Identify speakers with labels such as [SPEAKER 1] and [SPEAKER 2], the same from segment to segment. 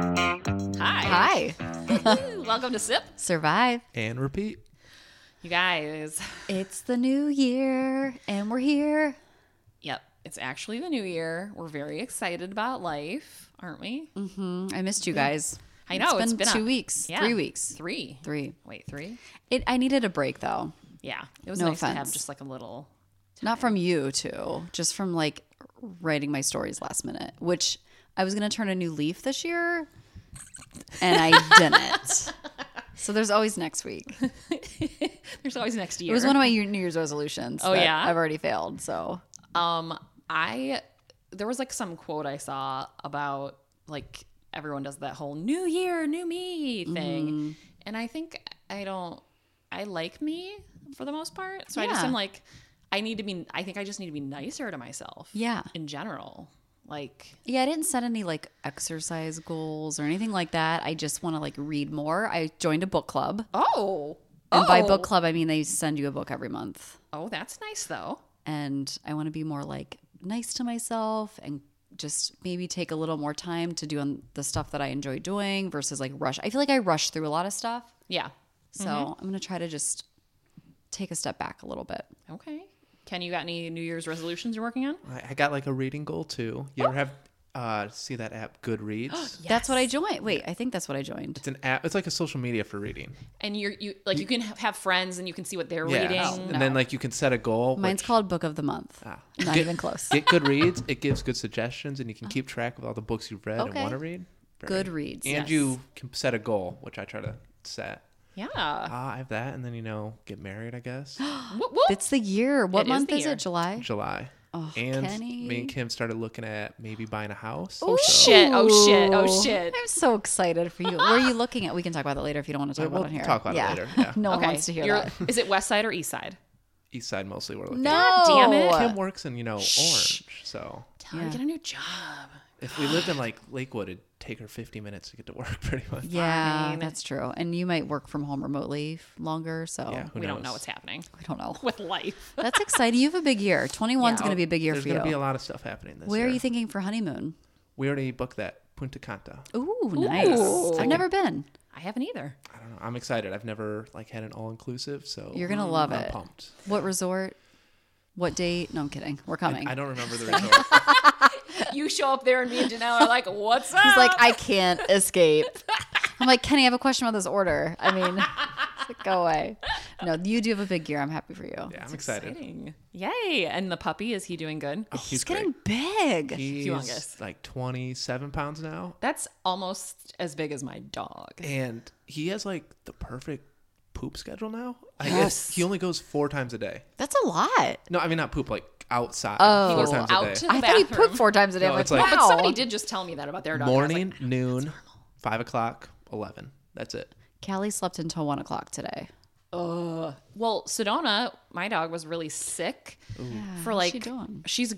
[SPEAKER 1] Hi.
[SPEAKER 2] Hi.
[SPEAKER 1] Welcome to Sip.
[SPEAKER 2] Survive.
[SPEAKER 3] and repeat.
[SPEAKER 1] You guys.
[SPEAKER 2] It's the new year and we're here.
[SPEAKER 1] Yep. It's actually the new year. We're very excited about life, aren't we?
[SPEAKER 2] I missed you guys.
[SPEAKER 1] I know,
[SPEAKER 2] Mm.
[SPEAKER 1] it's
[SPEAKER 2] It's been,
[SPEAKER 1] been
[SPEAKER 2] two
[SPEAKER 1] a-
[SPEAKER 2] weeks,
[SPEAKER 1] yeah.
[SPEAKER 2] three weeks,
[SPEAKER 1] Three.
[SPEAKER 2] three.
[SPEAKER 1] Wait, three?
[SPEAKER 2] It, I needed a break though.
[SPEAKER 1] Yeah. It was
[SPEAKER 2] No
[SPEAKER 1] nice to have
[SPEAKER 2] offense.
[SPEAKER 1] just like a little.
[SPEAKER 2] Not from you two, just from like writing my stories last minute, which I was going to turn a new leaf this year and I didn't. So there's always next week.
[SPEAKER 1] There's always next year.
[SPEAKER 2] It was one of my New Year's resolutions.
[SPEAKER 1] Oh,
[SPEAKER 2] that
[SPEAKER 1] yeah?
[SPEAKER 2] I've already failed. So
[SPEAKER 1] Um, I there was like some quote I saw about like everyone does that whole new year, new me thing.
[SPEAKER 2] Mm-hmm.
[SPEAKER 1] And I think I don't I like me for the most part. So I just
[SPEAKER 2] Yeah.
[SPEAKER 1] am like I need to be I think I just need to be nicer to myself.
[SPEAKER 2] Yeah.
[SPEAKER 1] In general. Like
[SPEAKER 2] Yeah, I didn't set any like exercise goals or anything like that. I just want to like read more. I joined a book club.
[SPEAKER 1] oh.
[SPEAKER 2] And
[SPEAKER 1] oh.
[SPEAKER 2] by book club, I mean they send you a book every month.
[SPEAKER 1] Oh, that's nice though.
[SPEAKER 2] And I want to be more like nice to myself and just maybe take a little more time to do on the stuff that I enjoy doing versus like rush. I feel like I rush through a lot of stuff.
[SPEAKER 1] Yeah.
[SPEAKER 2] So I'm going to try to just take a step back a little bit.
[SPEAKER 1] Okay. Ken, you got any New Year's resolutions you're working on?
[SPEAKER 3] I I got like a reading goal too. You ever have uh see that app Goodreads?
[SPEAKER 2] That's what I joined. Wait, I think that's what I joined.
[SPEAKER 3] It's an app. It's like a social media for reading.
[SPEAKER 1] And you're you like you can ha- have friends and you can see what they're
[SPEAKER 3] Yeah,
[SPEAKER 1] reading.
[SPEAKER 3] and then like you can set a goal.
[SPEAKER 2] Oh, Mine's
[SPEAKER 3] which-
[SPEAKER 2] called Book of the Month. Not
[SPEAKER 3] Get-
[SPEAKER 2] even close.
[SPEAKER 3] Get Goodreads. It gives good suggestions, and you can keep track of all the books you've read and
[SPEAKER 2] Okay.
[SPEAKER 3] want to read. Very-
[SPEAKER 2] Goodreads.
[SPEAKER 3] And you can set a goal, which I try to set.
[SPEAKER 1] yeah.
[SPEAKER 3] Ah, I have that, and then you know, get married. I guess
[SPEAKER 1] Whoop, whoop.
[SPEAKER 2] It's the year. What
[SPEAKER 1] It is
[SPEAKER 2] month
[SPEAKER 1] the
[SPEAKER 2] is,
[SPEAKER 1] year.
[SPEAKER 2] it? July?
[SPEAKER 3] July.
[SPEAKER 2] Oh,
[SPEAKER 3] and me
[SPEAKER 2] Kenny.
[SPEAKER 3] and Kim started looking at maybe buying a house.
[SPEAKER 1] Oh shit! Oh shit! Oh
[SPEAKER 2] Ooh.
[SPEAKER 1] shit!
[SPEAKER 2] I'm so excited for you. Where are you looking at? We can talk about it later if you don't want to talk
[SPEAKER 3] We'll
[SPEAKER 2] about it here.
[SPEAKER 3] talk about it
[SPEAKER 2] Yeah.
[SPEAKER 3] later, yeah.
[SPEAKER 2] no one wants to hear
[SPEAKER 1] you're-
[SPEAKER 2] that.
[SPEAKER 1] Is it West Side or East Side?
[SPEAKER 3] East Side mostly. We're looking. at.
[SPEAKER 2] No.
[SPEAKER 1] damn it.
[SPEAKER 3] Kim works in you know Orange, so
[SPEAKER 1] Tell her to
[SPEAKER 2] Yeah.
[SPEAKER 1] get a new job.
[SPEAKER 3] if we lived in like Lakewood, it'd take her 50 minutes to get to work, pretty much.
[SPEAKER 2] Yeah,
[SPEAKER 1] Fine.
[SPEAKER 2] that's true. And you might work from home remotely f- longer, so
[SPEAKER 3] Yeah, who
[SPEAKER 1] we don't
[SPEAKER 3] knows?
[SPEAKER 1] know what's happening
[SPEAKER 2] I don't know.
[SPEAKER 1] with life.
[SPEAKER 2] That's exciting. You have a big year. 21 is
[SPEAKER 1] Yeah.
[SPEAKER 2] going to be a big year
[SPEAKER 3] There's
[SPEAKER 2] for
[SPEAKER 3] going
[SPEAKER 2] you.
[SPEAKER 3] to be a lot of stuff happening this
[SPEAKER 2] Where
[SPEAKER 3] year.
[SPEAKER 2] are you thinking for honeymoon?
[SPEAKER 3] we already booked that Punta Cana.
[SPEAKER 2] Ooh, nice.
[SPEAKER 1] Ooh.
[SPEAKER 2] I've never been.
[SPEAKER 1] I haven't either.
[SPEAKER 3] I don't know. I'm excited. I've never like had an all inclusive, so
[SPEAKER 2] You're gonna love
[SPEAKER 3] I'm
[SPEAKER 2] it.
[SPEAKER 3] Pumped.
[SPEAKER 2] What resort? What date? No, I'm kidding. We're coming.
[SPEAKER 3] I don't remember the resort.
[SPEAKER 1] You show up there and me and Janelle are like, "What's up?"
[SPEAKER 2] He's like, I can't escape. I'm like, Kenny, I have a question about this order. I mean, it's like, go away. No, you do have a big year. I'm happy for you.
[SPEAKER 3] Yeah, I'm excited.
[SPEAKER 1] Exciting. "Yay!" And the puppy is he doing good?
[SPEAKER 3] Oh,
[SPEAKER 2] He's, getting big.
[SPEAKER 3] He's
[SPEAKER 1] humongous.
[SPEAKER 3] like 27 pounds now,
[SPEAKER 1] That's almost as big as my dog.
[SPEAKER 3] and he has like the perfect poop schedule now. I
[SPEAKER 1] Yes.
[SPEAKER 3] guess he only goes four times a day.
[SPEAKER 2] That's a lot.
[SPEAKER 3] No, I mean not poop, like outside.
[SPEAKER 2] Oh.
[SPEAKER 3] four
[SPEAKER 2] He goes
[SPEAKER 3] times
[SPEAKER 1] out
[SPEAKER 3] a day.
[SPEAKER 1] to- the
[SPEAKER 2] I thought he
[SPEAKER 1] bathroom.
[SPEAKER 2] pooped four times a day.
[SPEAKER 3] No,
[SPEAKER 2] I'm like,
[SPEAKER 3] it's like-
[SPEAKER 2] wow.
[SPEAKER 1] But somebody did just tell me that about their dog. and I was like,
[SPEAKER 3] morning, noon, five o'clock, eleven. That's it.
[SPEAKER 2] Callie slept until one o'clock today.
[SPEAKER 1] Well, Sedona, my dog was really sick for
[SPEAKER 2] how's
[SPEAKER 1] like
[SPEAKER 2] she doing?
[SPEAKER 1] she's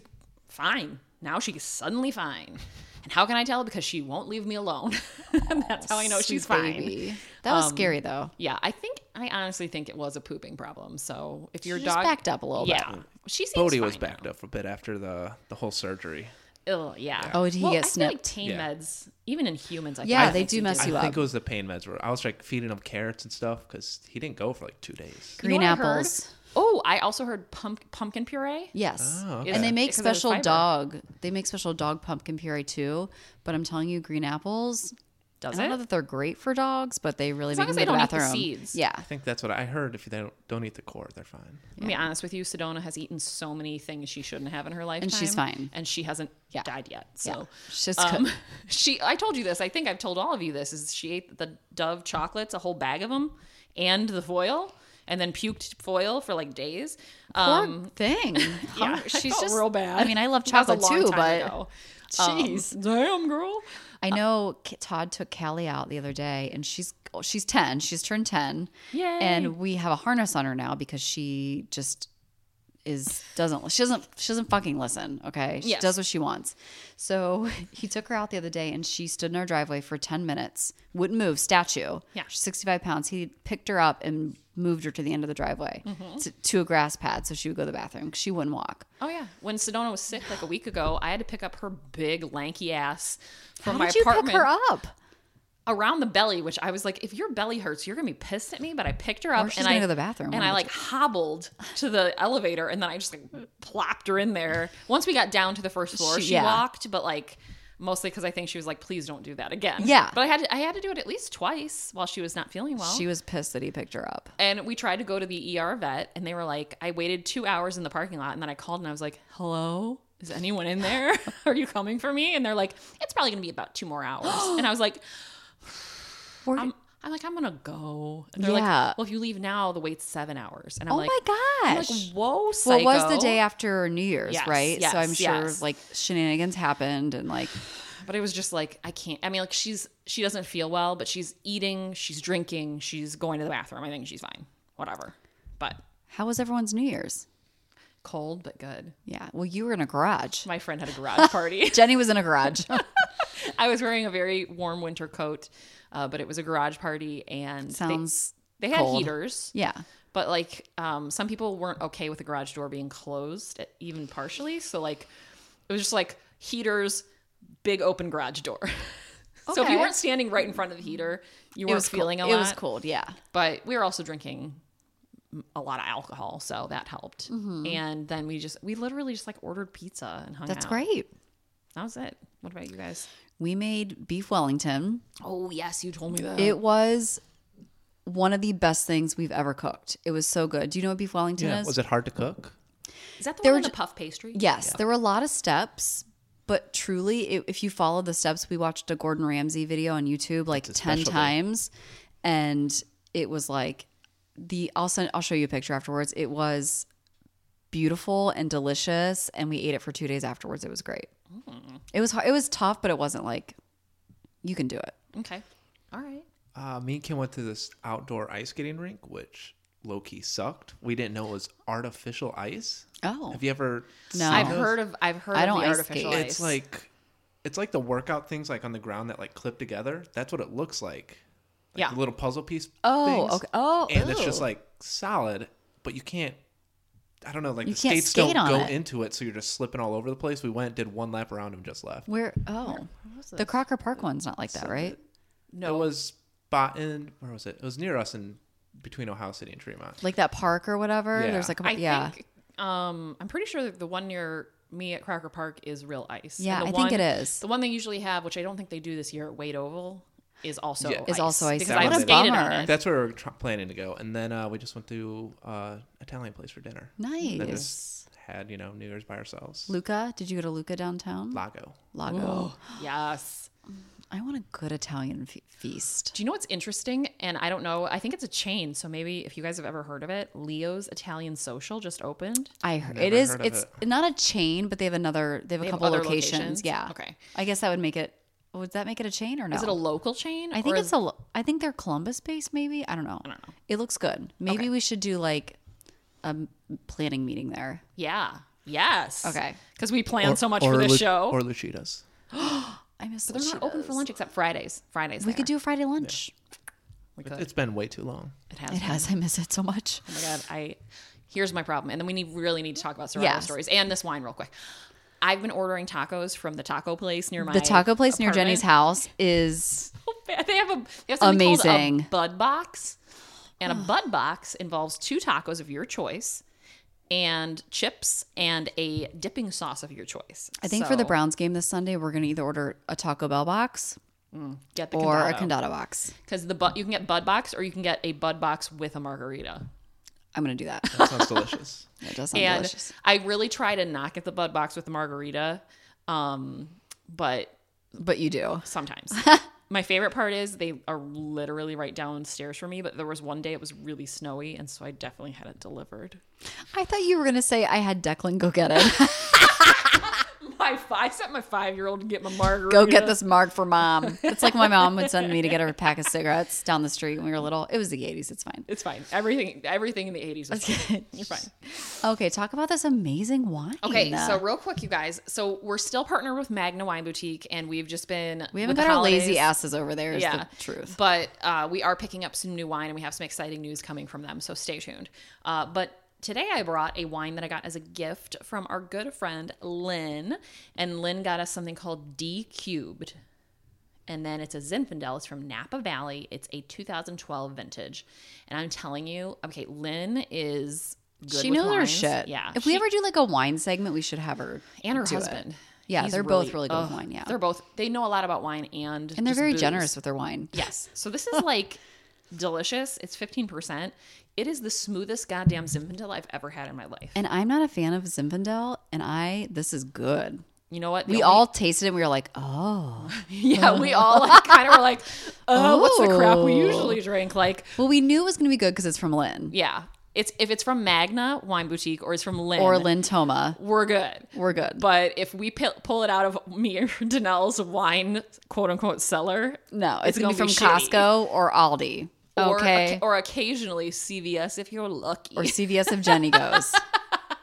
[SPEAKER 1] fine. Now she's suddenly fine. And how can I tell? Because she won't leave me alone. And That's how I know she's
[SPEAKER 2] Sweet
[SPEAKER 1] fine. Um,
[SPEAKER 2] baby. That was scary though.
[SPEAKER 1] Yeah, I think I honestly think it was a pooping problem. So if your
[SPEAKER 2] She just
[SPEAKER 1] dog
[SPEAKER 2] backed up a little bit.
[SPEAKER 1] yeah, she seems
[SPEAKER 3] Bodie was
[SPEAKER 1] fine
[SPEAKER 3] backed up a bit after the the whole surgery.
[SPEAKER 1] now. Ugh, yeah.
[SPEAKER 2] Oh, did he
[SPEAKER 1] well,
[SPEAKER 2] get
[SPEAKER 1] I feel like
[SPEAKER 2] snipped?
[SPEAKER 1] pain
[SPEAKER 3] Yeah.
[SPEAKER 1] meds, even in humans, I
[SPEAKER 2] Yeah,
[SPEAKER 1] think
[SPEAKER 2] they
[SPEAKER 1] makes
[SPEAKER 2] do
[SPEAKER 1] you
[SPEAKER 2] mess
[SPEAKER 1] do
[SPEAKER 2] you
[SPEAKER 1] that.
[SPEAKER 3] I
[SPEAKER 2] up.
[SPEAKER 3] think it was the pain meds. Were I was like feeding him carrots and stuff because he didn't go for like two days.
[SPEAKER 1] You know
[SPEAKER 2] Green
[SPEAKER 1] what I heard?
[SPEAKER 2] apples.
[SPEAKER 1] Oh, I also heard pump, pumpkin puree.
[SPEAKER 2] Yes.
[SPEAKER 3] Oh,
[SPEAKER 1] okay.
[SPEAKER 2] And they make
[SPEAKER 1] Because of the
[SPEAKER 2] special
[SPEAKER 1] fiber.
[SPEAKER 2] dog. They make special dog pumpkin puree too. But I'm telling you, green apples.
[SPEAKER 1] Does
[SPEAKER 2] I don't know
[SPEAKER 1] it?
[SPEAKER 2] that they're great for dogs, but they really
[SPEAKER 1] long
[SPEAKER 2] make
[SPEAKER 1] as
[SPEAKER 2] them
[SPEAKER 1] they
[SPEAKER 2] good
[SPEAKER 1] don't eat the
[SPEAKER 2] bathroom.
[SPEAKER 1] seeds.
[SPEAKER 2] Yeah.
[SPEAKER 3] I think that's what I heard. If they don't, don't eat the core, they're fine.
[SPEAKER 1] I'm gonna be honest with you, Sedona has eaten so many things she shouldn't have in her lifetime,
[SPEAKER 2] she's fine.
[SPEAKER 1] and she hasn't
[SPEAKER 2] Yeah.
[SPEAKER 1] died yet. So
[SPEAKER 2] She's just
[SPEAKER 1] um,
[SPEAKER 2] good.
[SPEAKER 1] she, I told you this. I think I've told all of you this. Is she ate the Dove chocolates, a whole bag of them, and the foil, and then puked foil for like days.
[SPEAKER 2] Poor
[SPEAKER 1] Um,
[SPEAKER 2] thing.
[SPEAKER 1] yeah, I
[SPEAKER 2] she's
[SPEAKER 1] felt
[SPEAKER 2] just
[SPEAKER 1] real bad.
[SPEAKER 2] I mean, I love
[SPEAKER 1] that was a
[SPEAKER 2] chocolate
[SPEAKER 1] long
[SPEAKER 2] too,
[SPEAKER 1] time
[SPEAKER 2] but
[SPEAKER 1] ago.
[SPEAKER 2] Jeez.
[SPEAKER 1] um, damn girl.
[SPEAKER 2] I know K- Todd took Callie out the other day, and she's oh, she's ten. She's turned ten.
[SPEAKER 1] Yay.
[SPEAKER 2] And we have a harness on her now because she just is doesn't she doesn't she doesn't fucking listen. Okay, she
[SPEAKER 1] Yes.
[SPEAKER 2] does what she wants. So he took her out the other day, and she stood in our driveway for ten minutes, wouldn't move, statue.
[SPEAKER 1] Yeah.
[SPEAKER 2] she's sixty five pounds. He picked her up and moved her to the end of the driveway
[SPEAKER 1] Mm-hmm.
[SPEAKER 2] to, to a grass pad so she would go to the bathroom 'cause she wouldn't walk.
[SPEAKER 1] Oh yeah, when Sedona was sick like a week ago, I had to pick up her big lanky ass from
[SPEAKER 2] How
[SPEAKER 1] my
[SPEAKER 2] did you
[SPEAKER 1] apartment
[SPEAKER 2] pick her up?
[SPEAKER 1] around the belly, which I was like, if your belly hurts, you're gonna be pissed at me. But I picked her up
[SPEAKER 2] she's
[SPEAKER 1] and
[SPEAKER 2] gonna
[SPEAKER 1] I
[SPEAKER 2] go to the bathroom.
[SPEAKER 1] and
[SPEAKER 2] One
[SPEAKER 1] I
[SPEAKER 2] of
[SPEAKER 1] like hobbled to the elevator, and then I just like plopped her in there. Once we got down to the first floor,
[SPEAKER 2] She-
[SPEAKER 1] she,
[SPEAKER 2] yeah.
[SPEAKER 1] walked, but like mostly because I think she was like, please don't do that again.
[SPEAKER 2] Yeah.
[SPEAKER 1] but I had to, I had to do it at least twice while she was not feeling well.
[SPEAKER 2] She was pissed that he picked her up.
[SPEAKER 1] and we tried to go to the ER vet, and they were like, I waited two hours in the parking lot, and then I called and I was like, hello? Is anyone in there? Are you coming for me? And they're like, it's probably gonna be about two more hours. and I was like,
[SPEAKER 2] Were-
[SPEAKER 1] I'm, I'm like, I'm gonna go. And they're
[SPEAKER 2] Yeah.
[SPEAKER 1] like, well, if you leave now, the wait's seven hours. And I'm
[SPEAKER 2] oh
[SPEAKER 1] like,
[SPEAKER 2] my
[SPEAKER 1] like,
[SPEAKER 2] gosh.
[SPEAKER 1] whoa,
[SPEAKER 2] well,
[SPEAKER 1] psycho.
[SPEAKER 2] it was the day after New Year's,
[SPEAKER 1] Yes,
[SPEAKER 2] right?
[SPEAKER 1] yes,
[SPEAKER 2] so I'm sure
[SPEAKER 1] yes.
[SPEAKER 2] like shenanigans happened and like
[SPEAKER 1] But it was just like I can't. I mean, like she's she doesn't feel well, but she's eating, she's drinking, she's going to the bathroom. I think she's fine. Whatever. But
[SPEAKER 2] how was everyone's New Year's?
[SPEAKER 1] cold, but good.
[SPEAKER 2] Yeah. Well, you were in a garage.
[SPEAKER 1] My friend had a garage party.
[SPEAKER 2] Jenny was in a garage.
[SPEAKER 1] I was wearing a very warm winter coat, uh, but it was a garage party, and they-
[SPEAKER 2] Sounds
[SPEAKER 1] they, had
[SPEAKER 2] cold.
[SPEAKER 1] heaters.
[SPEAKER 2] yeah.
[SPEAKER 1] But like, um, some people weren't okay with the garage door being closed, even partially. So like, it was just like heaters, big open garage door. so if
[SPEAKER 2] Okay.
[SPEAKER 1] you weren't standing right in front of the heater, you
[SPEAKER 2] It
[SPEAKER 1] weren't
[SPEAKER 2] was
[SPEAKER 1] feeling
[SPEAKER 2] cold.
[SPEAKER 1] a lot.
[SPEAKER 2] It was cold, yeah.
[SPEAKER 1] But we were also drinking a lot of alcohol, so that helped. And then we just we literally just like ordered pizza and hung
[SPEAKER 2] Mm-hmm. That's
[SPEAKER 1] out.
[SPEAKER 2] great.
[SPEAKER 1] That was it. What about you guys?
[SPEAKER 2] We made beef Wellington.
[SPEAKER 1] Oh yes, you told me that.
[SPEAKER 2] It was one of the best things we've ever cooked. It was so good. Do you know what beef Wellington
[SPEAKER 3] Yeah.
[SPEAKER 2] is?
[SPEAKER 3] Was it hard to cook?
[SPEAKER 1] Is that the
[SPEAKER 2] There
[SPEAKER 1] one
[SPEAKER 2] were
[SPEAKER 1] in the puff pastry?
[SPEAKER 2] Yes, there were a lot of steps, but truly, i if you follow the steps, we watched a Gordon Ramsay video on YouTube like
[SPEAKER 3] a
[SPEAKER 2] ten
[SPEAKER 3] specialty.
[SPEAKER 2] times, and it was like the. I'll send. I'll show you a picture afterwards. It was beautiful and delicious, and we ate it for two days afterwards. It was great.
[SPEAKER 3] Hmm.
[SPEAKER 2] It was har- it was tough, but it wasn't like you can do it.
[SPEAKER 1] Okay. All
[SPEAKER 2] Oh,
[SPEAKER 1] right.
[SPEAKER 3] Uh, me and Kim went to this outdoor ice skating rink, which low key sucked. We didn't know it was artificial ice.
[SPEAKER 2] Oh,
[SPEAKER 3] Have you ever?
[SPEAKER 2] No.
[SPEAKER 3] seen
[SPEAKER 1] I've
[SPEAKER 3] those?
[SPEAKER 1] heard of I've heard
[SPEAKER 2] I
[SPEAKER 1] of
[SPEAKER 2] don't
[SPEAKER 1] the
[SPEAKER 2] ice
[SPEAKER 1] artificial
[SPEAKER 2] skate.
[SPEAKER 1] ice.
[SPEAKER 3] It's like, it's like the workout things like on the ground that like clip together. That's what it looks like. Like
[SPEAKER 1] Yeah.
[SPEAKER 3] the little puzzle piece.
[SPEAKER 2] oh,
[SPEAKER 3] things.
[SPEAKER 2] okay. Oh,
[SPEAKER 3] and it's just
[SPEAKER 2] ooh.
[SPEAKER 3] like solid, but you can't. I don't know, like
[SPEAKER 2] You
[SPEAKER 3] the
[SPEAKER 2] can't
[SPEAKER 3] skates
[SPEAKER 2] skate
[SPEAKER 3] don't
[SPEAKER 2] on
[SPEAKER 3] go
[SPEAKER 2] it.
[SPEAKER 3] into it, so you're just slipping all over the place. We went, did one lap around, and just left.
[SPEAKER 2] where oh the Crocker Park one's not like that, right?
[SPEAKER 3] It was Botten. Where was it? It was near us in between Ohio City and Tremont.
[SPEAKER 2] Like that park or whatever.
[SPEAKER 3] Yeah.
[SPEAKER 2] There's like a
[SPEAKER 1] I
[SPEAKER 2] yeah.
[SPEAKER 1] think um I'm pretty sure that the one near me at Cracker Park is real ice. And
[SPEAKER 2] Yeah,
[SPEAKER 1] the
[SPEAKER 2] I think it
[SPEAKER 1] one-
[SPEAKER 2] is.
[SPEAKER 1] The one they usually have, which I don't think they do this year at Wade Oval, is also
[SPEAKER 3] Yeah.
[SPEAKER 2] Is also ice.
[SPEAKER 1] Because
[SPEAKER 3] That
[SPEAKER 1] I've
[SPEAKER 3] was a
[SPEAKER 1] skated on
[SPEAKER 2] bummer.
[SPEAKER 1] it.
[SPEAKER 3] That's where we we're tr- planning to go, and then uh, we just went to uh, Italian place for dinner.
[SPEAKER 2] Nice.
[SPEAKER 3] Then just had you know New Year's by ourselves.
[SPEAKER 2] Luca, did you go to Luca downtown?
[SPEAKER 3] Lago.
[SPEAKER 2] Lago.
[SPEAKER 1] yes.
[SPEAKER 2] I want a good Italian fe- feast.
[SPEAKER 1] Do you know what's interesting? And I don't know. I think it's a chain. So maybe if you guys have ever heard of it, Leo's Italian Social just opened.
[SPEAKER 2] I heard it
[SPEAKER 3] Never
[SPEAKER 2] is.
[SPEAKER 3] heard of
[SPEAKER 2] It's not a chain, but they have another. They have a
[SPEAKER 1] They have
[SPEAKER 2] couple
[SPEAKER 1] other
[SPEAKER 2] locations.
[SPEAKER 1] locations?
[SPEAKER 2] Yeah.
[SPEAKER 1] Okay.
[SPEAKER 2] I guess that would make it. Would that make it a chain or no?
[SPEAKER 1] Is it a local chain?
[SPEAKER 2] I think
[SPEAKER 1] or-
[SPEAKER 2] it's a. lo- I think they're Columbus based. Maybe I don't know. I
[SPEAKER 1] don't know.
[SPEAKER 2] It looks good. Maybe we should do like a m- planning meeting there.
[SPEAKER 1] Yeah. Yes.
[SPEAKER 2] Okay.
[SPEAKER 1] Because we plan
[SPEAKER 3] Or-
[SPEAKER 1] so much
[SPEAKER 3] or
[SPEAKER 1] for this
[SPEAKER 3] Lu-
[SPEAKER 1] show.
[SPEAKER 3] Or Lucida's.
[SPEAKER 2] I miss.
[SPEAKER 1] They're not open for lunch except Fridays. Fridays.
[SPEAKER 2] We could do a Friday lunch.
[SPEAKER 1] We could.
[SPEAKER 3] It's been way too long.
[SPEAKER 1] It has.
[SPEAKER 2] It has. I miss it so much.
[SPEAKER 1] Oh my god. I. Here's my problem, and then we need really need to talk about survival
[SPEAKER 2] Yes.
[SPEAKER 1] stories and this wine real quick. I've been ordering tacos from the taco place near my
[SPEAKER 2] The taco place near
[SPEAKER 1] apartment.
[SPEAKER 2] Jenny's house is
[SPEAKER 1] They have a they have something
[SPEAKER 2] Amazing.
[SPEAKER 1] called a bud box, and a bud box involves two tacos of your choice, and chips and a dipping sauce of your choice.
[SPEAKER 2] I think for the
[SPEAKER 1] So,
[SPEAKER 2] Browns game this Sunday, we're going to either order a Taco Bell box
[SPEAKER 1] get the
[SPEAKER 2] or a
[SPEAKER 1] condado.
[SPEAKER 2] Condado box.
[SPEAKER 1] because the bud you can get bud box or you can get a bud box with a margarita.
[SPEAKER 2] I'm going to do that.
[SPEAKER 3] That sounds delicious.
[SPEAKER 2] That does sound
[SPEAKER 1] and
[SPEAKER 2] Oh, delicious.
[SPEAKER 1] I really try to not get the bud box with the margarita, um, but
[SPEAKER 2] But you do.
[SPEAKER 1] sometimes. My favorite part is they are literally right downstairs from me. But there was one day it was really snowy, and so I definitely had it delivered.
[SPEAKER 2] I thought you were going to say I had Declan go get it.
[SPEAKER 1] I, I sent my five year old to get my margarita.
[SPEAKER 2] Go get this marg for mom. It's like my mom would send me to get her pack of cigarettes down the street when we were little. It was the 80s. It's fine.
[SPEAKER 1] It's fine. Everything, everything in the eighties was fine. You're fine.
[SPEAKER 2] Okay, talk about this amazing wine.
[SPEAKER 1] Okay, so real quick, you guys. So we're still partnered with Magna Wine Boutique, and we've just been with
[SPEAKER 2] we haven't
[SPEAKER 1] the
[SPEAKER 2] got our lazy
[SPEAKER 1] holidays-
[SPEAKER 2] asses over there. Is
[SPEAKER 1] Yeah,
[SPEAKER 2] the truth.
[SPEAKER 1] But uh, we are picking up some new wine, and we have some exciting news coming from them. So stay tuned. Uh, but today I brought a wine that I got as a gift from our good friend Lynn, and Lynn got us something called D Cubed. And then it's a Zinfandel. It's from Napa Valley. It's a 2012 vintage. And I'm telling you, okay, Lynn is good
[SPEAKER 2] she
[SPEAKER 1] with
[SPEAKER 2] knows her
[SPEAKER 1] wines.
[SPEAKER 2] shit.
[SPEAKER 1] Yeah.
[SPEAKER 2] If
[SPEAKER 1] she-
[SPEAKER 2] we ever do like a wine segment, we should have her
[SPEAKER 1] and her
[SPEAKER 2] do it.
[SPEAKER 1] husband.
[SPEAKER 2] Yeah,
[SPEAKER 1] He's
[SPEAKER 2] they're both really good with
[SPEAKER 1] ugh,
[SPEAKER 2] wine, yeah.
[SPEAKER 1] they're both. They know a lot about wine and
[SPEAKER 2] and they're
[SPEAKER 1] just
[SPEAKER 2] very
[SPEAKER 1] booze.
[SPEAKER 2] generous with their wine.
[SPEAKER 1] Yes. So this is like delicious. It's fifteen percent. It is the smoothest goddamn Zinfandel I've ever had in my life.
[SPEAKER 2] And I'm not a fan of Zinfandel, and I this is good.
[SPEAKER 1] You know what? The
[SPEAKER 2] We
[SPEAKER 1] only-
[SPEAKER 2] all tasted it. and We were like, oh.
[SPEAKER 1] yeah, we all like, kind of were like, oh, what's the crap we
[SPEAKER 2] Oh.
[SPEAKER 1] usually drink? Like,
[SPEAKER 2] Well, we knew it was going to be good because it's from Lynn
[SPEAKER 1] yeah, it's if it's from Magna Wine Boutique or it's from Lynn,
[SPEAKER 2] or Lynn Toma.
[SPEAKER 1] we're good.
[SPEAKER 2] We're good.
[SPEAKER 1] But if we pi- pull it out of me or Danelle's wine quote unquote cellar,
[SPEAKER 2] no, it's, going to be from
[SPEAKER 1] gonna be shitty.
[SPEAKER 2] Costco or Aldi.
[SPEAKER 1] or,
[SPEAKER 2] okay.
[SPEAKER 1] or occasionally CVS if you're lucky.
[SPEAKER 2] or CVS if Jenny goes.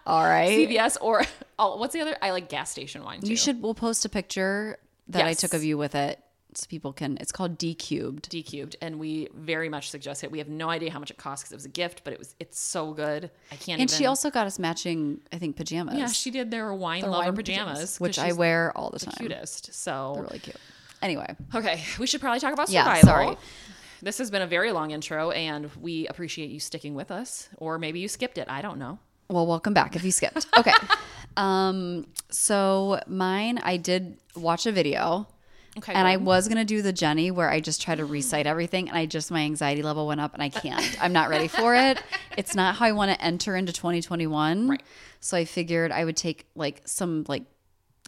[SPEAKER 2] All right.
[SPEAKER 1] CVS or oh, what's the other? I like gas station wine too.
[SPEAKER 2] You should. We'll post a picture that I
[SPEAKER 1] Yes.
[SPEAKER 2] took of you with it, so people can. It's called D cubed.
[SPEAKER 1] D cubed, and we very much suggest it. We have no idea how much it costs because it was a gift, but it was it's so good. I can't.
[SPEAKER 2] And
[SPEAKER 1] even,
[SPEAKER 2] she also got us matching, I think, pajamas.
[SPEAKER 1] yeah, she did their wine lover
[SPEAKER 2] Wine
[SPEAKER 1] pajamas, 'cause
[SPEAKER 2] which I
[SPEAKER 1] she's
[SPEAKER 2] wear all the
[SPEAKER 1] the
[SPEAKER 2] time.
[SPEAKER 1] cutest. So
[SPEAKER 2] They're really cute. Anyway,
[SPEAKER 1] okay, we should probably talk about
[SPEAKER 2] Yeah,
[SPEAKER 1] survival.
[SPEAKER 2] sorry.
[SPEAKER 1] This has been a very long intro, and we appreciate you sticking with us. Or maybe you skipped it. I don't know.
[SPEAKER 2] well, welcome back if you skipped. Okay. um. So mine, I did watch a video.
[SPEAKER 1] Okay,
[SPEAKER 2] And I
[SPEAKER 1] good.
[SPEAKER 2] was gonna do the Jenny where I just try to recite everything, and I just my anxiety level went up, and I can't. I'm not ready for it. It's not how I want to enter into 2021.
[SPEAKER 1] Right.
[SPEAKER 2] So I figured I would take like some like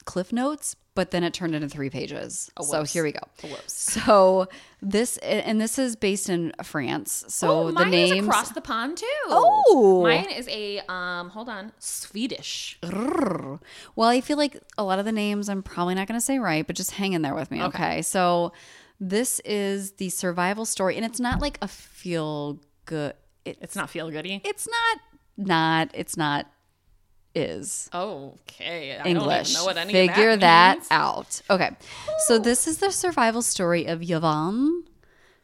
[SPEAKER 2] cliff notes, but then it turned into three pages. so
[SPEAKER 1] whoops.
[SPEAKER 2] here we go.
[SPEAKER 1] Oh, whoops.
[SPEAKER 2] So this and this is based in France. So
[SPEAKER 1] oh,
[SPEAKER 2] the
[SPEAKER 1] mine
[SPEAKER 2] names
[SPEAKER 1] is across the pond too.
[SPEAKER 2] Oh.
[SPEAKER 1] mine is a um. Hold on, Swedish.
[SPEAKER 2] Brrr. Well, I feel like a lot of the names I'm probably not going to say right, but just hang in there with me, okay? So this is the survival story, and it's not like a feel good. It,
[SPEAKER 1] It's not feel goody.
[SPEAKER 2] it's not not. It's not is.
[SPEAKER 1] Okay, I Don't
[SPEAKER 2] English.
[SPEAKER 1] even know what any of
[SPEAKER 2] Figure
[SPEAKER 1] that,
[SPEAKER 2] that,
[SPEAKER 1] means.
[SPEAKER 2] out. Okay. So this is the survival story of Yvonne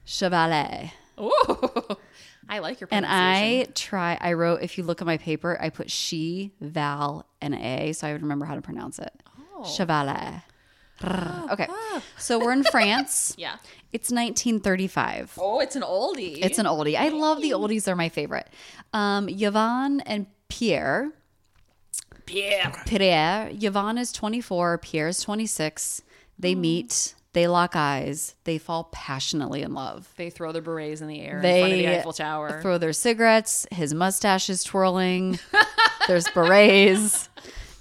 [SPEAKER 2] Chevalier.
[SPEAKER 1] Ooh, I like your
[SPEAKER 2] And
[SPEAKER 1] pronunciation.
[SPEAKER 2] I try I wrote if you look at my paper, I put she, Val, and A, so I would remember how to pronounce it. Chevalier. Brr. okay. So we're in France.
[SPEAKER 1] yeah.
[SPEAKER 2] It's 1935.
[SPEAKER 1] Oh, it's an oldie.
[SPEAKER 2] It's an oldie. I love the oldies. They're my favorite. Um, Yvonne and Pierre.
[SPEAKER 1] Pierre.
[SPEAKER 2] Pierre. Yvonne is 24. Pierre is 26. They meet. They lock eyes. They fall passionately in love.
[SPEAKER 1] They throw their berets in the air in front of the
[SPEAKER 2] They
[SPEAKER 1] Eiffel Tower.
[SPEAKER 2] throw their cigarettes. His mustache is twirling. There's berets.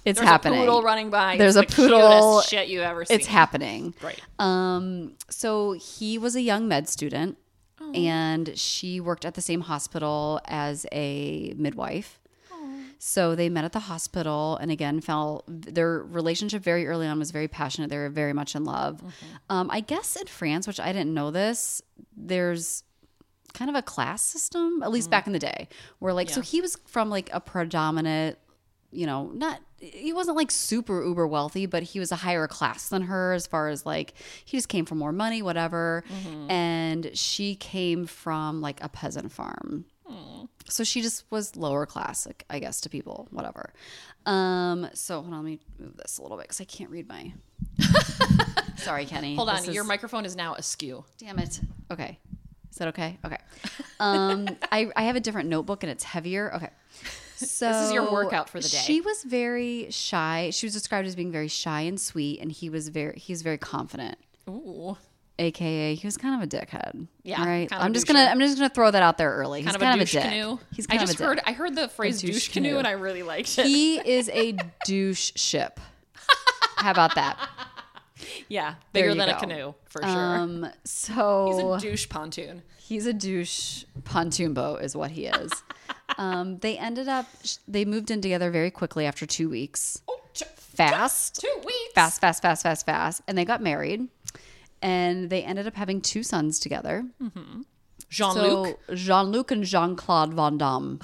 [SPEAKER 2] It's
[SPEAKER 1] There's
[SPEAKER 2] happening.
[SPEAKER 1] a poodle running by.
[SPEAKER 2] There's
[SPEAKER 1] It's
[SPEAKER 2] a
[SPEAKER 1] the
[SPEAKER 2] poodle.
[SPEAKER 1] Cutest shit you ever seen.
[SPEAKER 2] it's happening.
[SPEAKER 1] Right.
[SPEAKER 2] Um, so he was a young med student,
[SPEAKER 1] Oh.
[SPEAKER 2] and she worked at the same hospital as a midwife.
[SPEAKER 1] Oh.
[SPEAKER 2] So they met at the hospital, and again, fell their relationship very early on was very passionate. They were very much in love.
[SPEAKER 1] Mm-hmm.
[SPEAKER 2] Um, I guess in France, which I didn't know this, there's kind of a class system, at
[SPEAKER 1] Mm-hmm.
[SPEAKER 2] least back in the day, where like, so he was from like a predominant, you know, not, he wasn't like super uber wealthy, but he was a higher class than her as far as like, he just came from more money, whatever.
[SPEAKER 1] Mm-hmm.
[SPEAKER 2] And she came from like a peasant farm.
[SPEAKER 1] Hmm.
[SPEAKER 2] So she just was lower class, like, I guess, to people, whatever. Um, so hold on, let me move this a little bit because I can't read my. Sorry, Kenny.
[SPEAKER 1] Hold on,
[SPEAKER 2] This is-
[SPEAKER 1] your microphone is now askew.
[SPEAKER 2] Damn it. Okay. Is that okay? Okay. Um, I, I have a different notebook and it's heavier. Okay. So
[SPEAKER 1] is your workout for the day.
[SPEAKER 2] She was very shy. She was described as being very shy and sweet, and he was very he's very confident.
[SPEAKER 1] Ooh,
[SPEAKER 2] AKA, he was kind of a dickhead.
[SPEAKER 1] Yeah,
[SPEAKER 2] All right.
[SPEAKER 1] kind of
[SPEAKER 2] I'm
[SPEAKER 1] a
[SPEAKER 2] just
[SPEAKER 1] douche.
[SPEAKER 2] gonna I'm just gonna throw that out there early.
[SPEAKER 1] kind
[SPEAKER 2] he's
[SPEAKER 1] of
[SPEAKER 2] kind
[SPEAKER 1] a
[SPEAKER 2] of
[SPEAKER 1] douche
[SPEAKER 2] a dick.
[SPEAKER 1] canoe.
[SPEAKER 2] He's
[SPEAKER 1] I
[SPEAKER 2] kind
[SPEAKER 1] just
[SPEAKER 2] of a dick.
[SPEAKER 1] heard. I heard the phrase
[SPEAKER 2] douche
[SPEAKER 1] douche, canoe,
[SPEAKER 2] canoe.
[SPEAKER 1] and I really liked it.
[SPEAKER 2] He is a douche ship. How about that?
[SPEAKER 1] yeah,
[SPEAKER 2] There
[SPEAKER 1] bigger
[SPEAKER 2] you
[SPEAKER 1] than a
[SPEAKER 2] go.
[SPEAKER 1] canoe for sure.
[SPEAKER 2] Um so
[SPEAKER 1] He's a douche pontoon.
[SPEAKER 2] He's a douche pontoon boat, is what he is. um, they ended up, sh- they moved in together very quickly after two weeks.
[SPEAKER 1] Oh,
[SPEAKER 2] fast.
[SPEAKER 1] Two weeks.
[SPEAKER 2] fast, fast, fast, fast, fast. And they got married and they ended up having two sons together.
[SPEAKER 1] Hmm. Jean Luc.
[SPEAKER 2] So Jean Luc and Jean Claude Van Damme.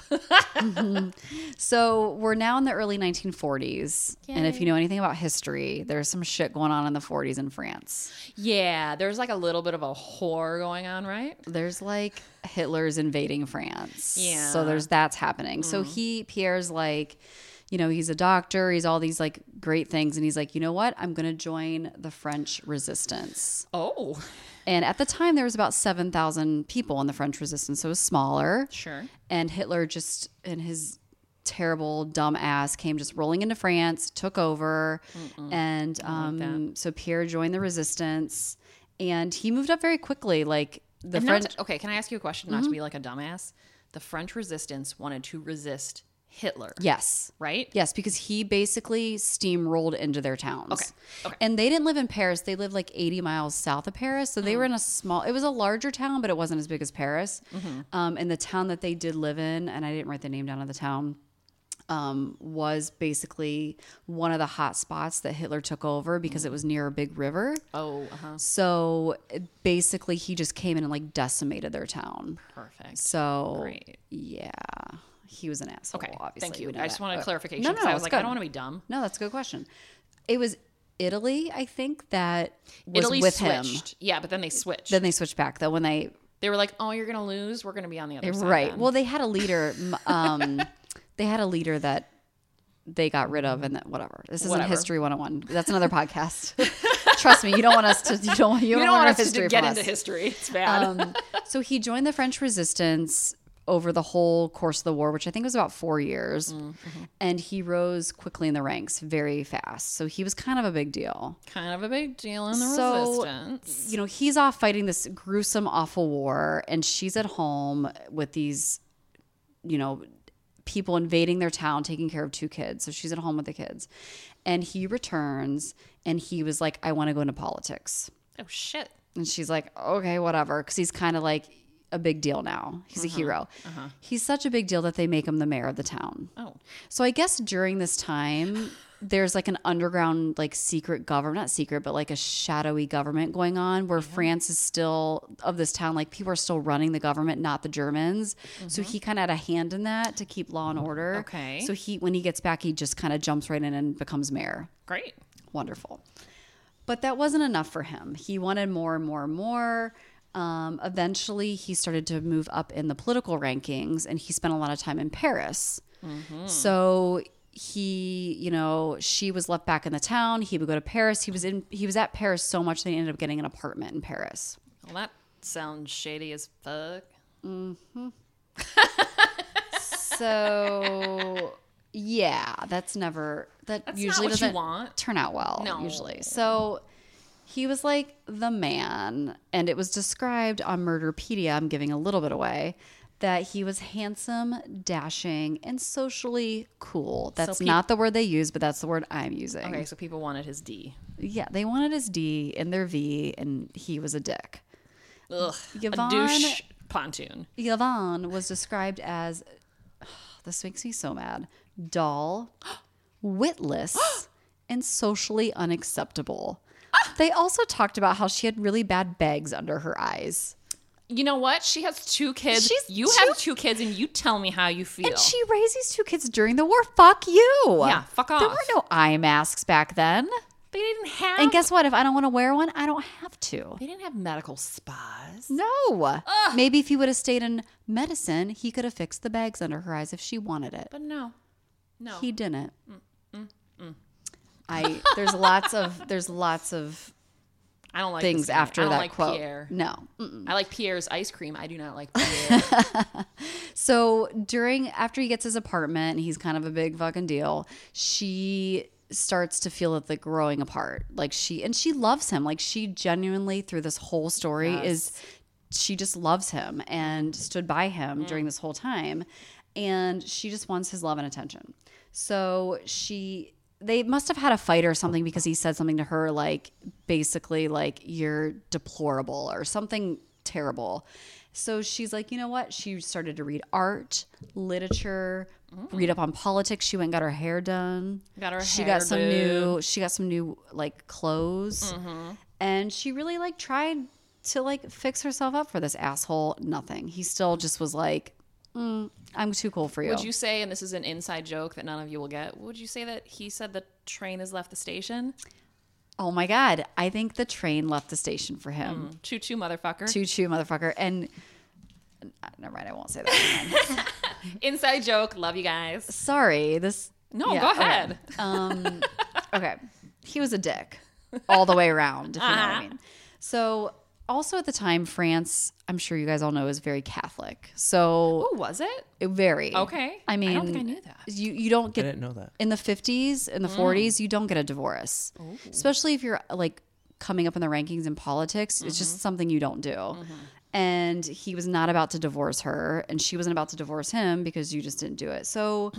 [SPEAKER 2] Mhm. So we're now in the early 1940s. And if you know anything about history, there's some shit going on in the 40s in France.
[SPEAKER 1] Yeah, there's like a little bit of a horror going on, right?
[SPEAKER 2] There's like Hitler's invading France.
[SPEAKER 1] Yeah. Mm-hmm.
[SPEAKER 2] So there's that's happening. So he, Pierre's like, you know, he's a doctor, he's all these like great things. And he's like, you know what? I'm going to join the French resistance.
[SPEAKER 1] Oh,
[SPEAKER 2] And at the time, there was about 7,000 people in the French resistance. So it was smaller.
[SPEAKER 1] sure.
[SPEAKER 2] And Hitler just, in his terrible dumb ass, came just rolling into France, took over. And um, so Pierre joined the resistance and he moved up very quickly. Like the
[SPEAKER 1] And not
[SPEAKER 2] French. Mm-hmm.
[SPEAKER 1] to- okay, can I ask you a question? Not to be like a dumbass. The French resistance wanted to resist Hitler,
[SPEAKER 2] Yes.
[SPEAKER 1] right?
[SPEAKER 2] Yes, because he basically steamrolled into their towns.
[SPEAKER 1] Okay, okay.
[SPEAKER 2] And they didn't live in Paris. They lived like 80 miles south of Paris. So
[SPEAKER 1] Mm.
[SPEAKER 2] they were in a small, it was a larger town, but it wasn't as big as Paris.
[SPEAKER 1] Mm-hmm.
[SPEAKER 2] Um, and the town that they did live in, and I didn't write the name down of the town, um, was basically one of the hot spots that Hitler took over because it was near a big river.
[SPEAKER 1] Oh, Mm. uh-huh.
[SPEAKER 2] So it- basically, he just came in and like decimated their town.
[SPEAKER 1] perfect.
[SPEAKER 2] So,
[SPEAKER 1] Great.
[SPEAKER 2] yeah, he was an asshole.
[SPEAKER 1] Okay,
[SPEAKER 2] obviously.
[SPEAKER 1] thank you.
[SPEAKER 2] we know
[SPEAKER 1] I just
[SPEAKER 2] that,
[SPEAKER 1] wanted
[SPEAKER 2] but-
[SPEAKER 1] clarification
[SPEAKER 2] No,
[SPEAKER 1] because
[SPEAKER 2] no,
[SPEAKER 1] I was
[SPEAKER 2] it's
[SPEAKER 1] like, I
[SPEAKER 2] good.
[SPEAKER 1] don't want to be dumb.
[SPEAKER 2] No, that's a good question. It was Italy, I think, that was
[SPEAKER 1] Italy
[SPEAKER 2] with him.
[SPEAKER 1] switched. Yeah, but then they switched.
[SPEAKER 2] Then they switched back though when they
[SPEAKER 1] they were like, "Oh, you're gonna lose. We're gonna be on the other side."
[SPEAKER 2] right.
[SPEAKER 1] then."
[SPEAKER 2] Well, they had a leader. m- Um, they had a leader that they got rid of, and that whatever. This isn't
[SPEAKER 1] Whatever.
[SPEAKER 2] history 101. That's another podcast. Trust me, you don't want us to. You don't. You,
[SPEAKER 1] you
[SPEAKER 2] don't,
[SPEAKER 1] don't want us
[SPEAKER 2] history
[SPEAKER 1] to get
[SPEAKER 2] from
[SPEAKER 1] into
[SPEAKER 2] us.
[SPEAKER 1] history. It's bad.
[SPEAKER 2] Um, so he joined the French Resistance over the whole course of the war, which I think was about four years, and he rose quickly in the ranks, very fast. So he was kind of a big deal.
[SPEAKER 1] kind of a big deal in the
[SPEAKER 2] So-
[SPEAKER 1] resistance.
[SPEAKER 2] you know, he's off fighting this gruesome, awful war, and she's at home with these, you know, people invading their town, taking care of two kids. So she's at home with the kids. And he returns and he was like, I want to go into politics.
[SPEAKER 1] Oh shit.
[SPEAKER 2] And she's like, okay, whatever. Cause he's kind of like a big deal now. He's a hero. He's such a big deal that they make him the mayor of the town.
[SPEAKER 1] Oh,
[SPEAKER 2] So I guess during this time, there's like an underground, like secret government, not secret, but like a shadowy government going on where France is still of this town. Like people are still running the government, not the Germans. So he kind of had a hand in that to keep law and order.
[SPEAKER 1] Okay.
[SPEAKER 2] So he, when he gets back, he just kind of jumps right in and becomes mayor.
[SPEAKER 1] great.
[SPEAKER 2] Wonderful. But that wasn't enough for him. He wanted more and more and more. Um, eventually, he started to move up in the political rankings and he spent a lot of time in Paris. So he, you know, she was left back in the town. He would go to Paris. He was in, he was at Paris so much that he ended up getting an apartment in Paris.
[SPEAKER 1] Well, that sounds shady as fuck.
[SPEAKER 2] So yeah, that's never that
[SPEAKER 1] That's not
[SPEAKER 2] usually
[SPEAKER 1] what you
[SPEAKER 2] doesn't
[SPEAKER 1] want.
[SPEAKER 2] turn out well.
[SPEAKER 1] No.
[SPEAKER 2] usually. So he was like the man, and it was described on Murderpedia. I'm giving a little bit away that he was handsome, dashing, and socially cool. That's
[SPEAKER 1] peop-
[SPEAKER 2] not the word they use, but that's the word I'm using.
[SPEAKER 1] Okay, so people wanted his D.
[SPEAKER 2] Yeah, they wanted his D in their V, and he was a dick.
[SPEAKER 1] Ugh,
[SPEAKER 2] Yvonne-
[SPEAKER 1] a douche pontoon.
[SPEAKER 2] Yvonne was described as this makes me so mad dull, witless, and socially unacceptable. They also talked about how she had really bad bags under her eyes.
[SPEAKER 1] You know what? She has two kids.
[SPEAKER 2] She's
[SPEAKER 1] you
[SPEAKER 2] two-
[SPEAKER 1] have two kids, and you tell me how you feel.
[SPEAKER 2] And she raised these two kids during the war. Fuck you.
[SPEAKER 1] Yeah, fuck
[SPEAKER 2] There
[SPEAKER 1] off. Um,
[SPEAKER 2] were no eye masks back then.
[SPEAKER 1] they didn't have.
[SPEAKER 2] And guess what? If I don't want to wear one, I don't have to.
[SPEAKER 1] they didn't have medical spas.
[SPEAKER 2] No. Maybe if he would have stayed in medicine, he could have fixed the bags under her eyes if she wanted it.
[SPEAKER 1] But no, no. Mm,
[SPEAKER 2] He didn't. I there's lots of there's lots of
[SPEAKER 1] I don't like this
[SPEAKER 2] things
[SPEAKER 1] guy. I
[SPEAKER 2] after
[SPEAKER 1] don't
[SPEAKER 2] that
[SPEAKER 1] like
[SPEAKER 2] quote.
[SPEAKER 1] Pierre.
[SPEAKER 2] No. Mm-mm.
[SPEAKER 1] I like Pierre's ice cream. I do not like Pierre.
[SPEAKER 2] So during after he gets his apartment, and he's kind of a big fucking deal. She starts to feel that they're growing apart. Like she and she loves him. Like she genuinely through this whole story is she just loves him
[SPEAKER 1] Mm.
[SPEAKER 2] and stood by him during this whole time. And she just wants his love and attention. So she they must have had a fight or something because he said something to her like basically like you're deplorable or something terrible. So she's like, you know what? She started to read art, literature, read up on politics. She went and got her hair done.
[SPEAKER 1] Got her
[SPEAKER 2] She
[SPEAKER 1] hair
[SPEAKER 2] got some
[SPEAKER 1] done. Mm-hmm.
[SPEAKER 2] new. She got some new like clothes, and she really like tried to like fix herself up for this asshole. Nothing. He still just was like, "Mm, "I'm too cool for you."
[SPEAKER 1] Would you say, and this is an inside joke that none of you will get, would you say that he said the train has left the station?
[SPEAKER 2] oh my god! I think the train left the station for him.
[SPEAKER 1] Choo choo, motherfucker.
[SPEAKER 2] Choo choo, motherfucker! And uh, never mind. I won't say that.
[SPEAKER 1] Inside joke. Love you guys.
[SPEAKER 2] Sorry. This.
[SPEAKER 1] No,
[SPEAKER 2] yeah,
[SPEAKER 1] go
[SPEAKER 2] okay.
[SPEAKER 1] ahead.
[SPEAKER 2] Um, okay. He was a dick all the way around, if you
[SPEAKER 1] Uh-huh.
[SPEAKER 2] know what I mean. So, also at the time, France, I'm sure you guys all know, is very Catholic. So,
[SPEAKER 1] Who Oh, was it?
[SPEAKER 2] it very.
[SPEAKER 1] Okay.
[SPEAKER 2] I mean,
[SPEAKER 1] I don't think I knew that.
[SPEAKER 2] You, you don't
[SPEAKER 3] I
[SPEAKER 2] get
[SPEAKER 3] didn't know that.
[SPEAKER 2] in the 50s in the 40s you don't get a divorce especially if you're like coming up in the rankings in politics it's just something you don't do and he was not about to divorce her and she wasn't about to divorce him because you just didn't do it so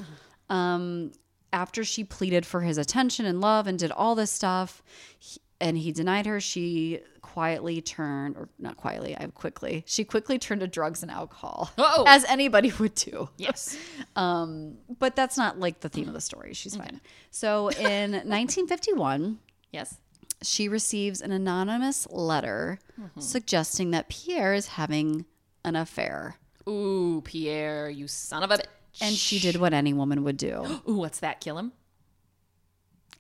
[SPEAKER 2] um after she pleaded for his attention and love and did all this stuff he- and he denied her she quietly turned or not quietly i quickly she quickly turned to drugs and alcohol
[SPEAKER 1] Oh.
[SPEAKER 2] as anybody would do
[SPEAKER 1] Yes.
[SPEAKER 2] um, but that's not like the theme of the story. She's fine. So in 1951,
[SPEAKER 1] Yes.
[SPEAKER 2] she receives an anonymous letter
[SPEAKER 1] Mm-hmm.
[SPEAKER 2] suggesting that Pierre is having an affair.
[SPEAKER 1] Ooh, Pierre, you son of a bitch.
[SPEAKER 2] And she did what any woman would do
[SPEAKER 1] Ooh, what's that? Kill him?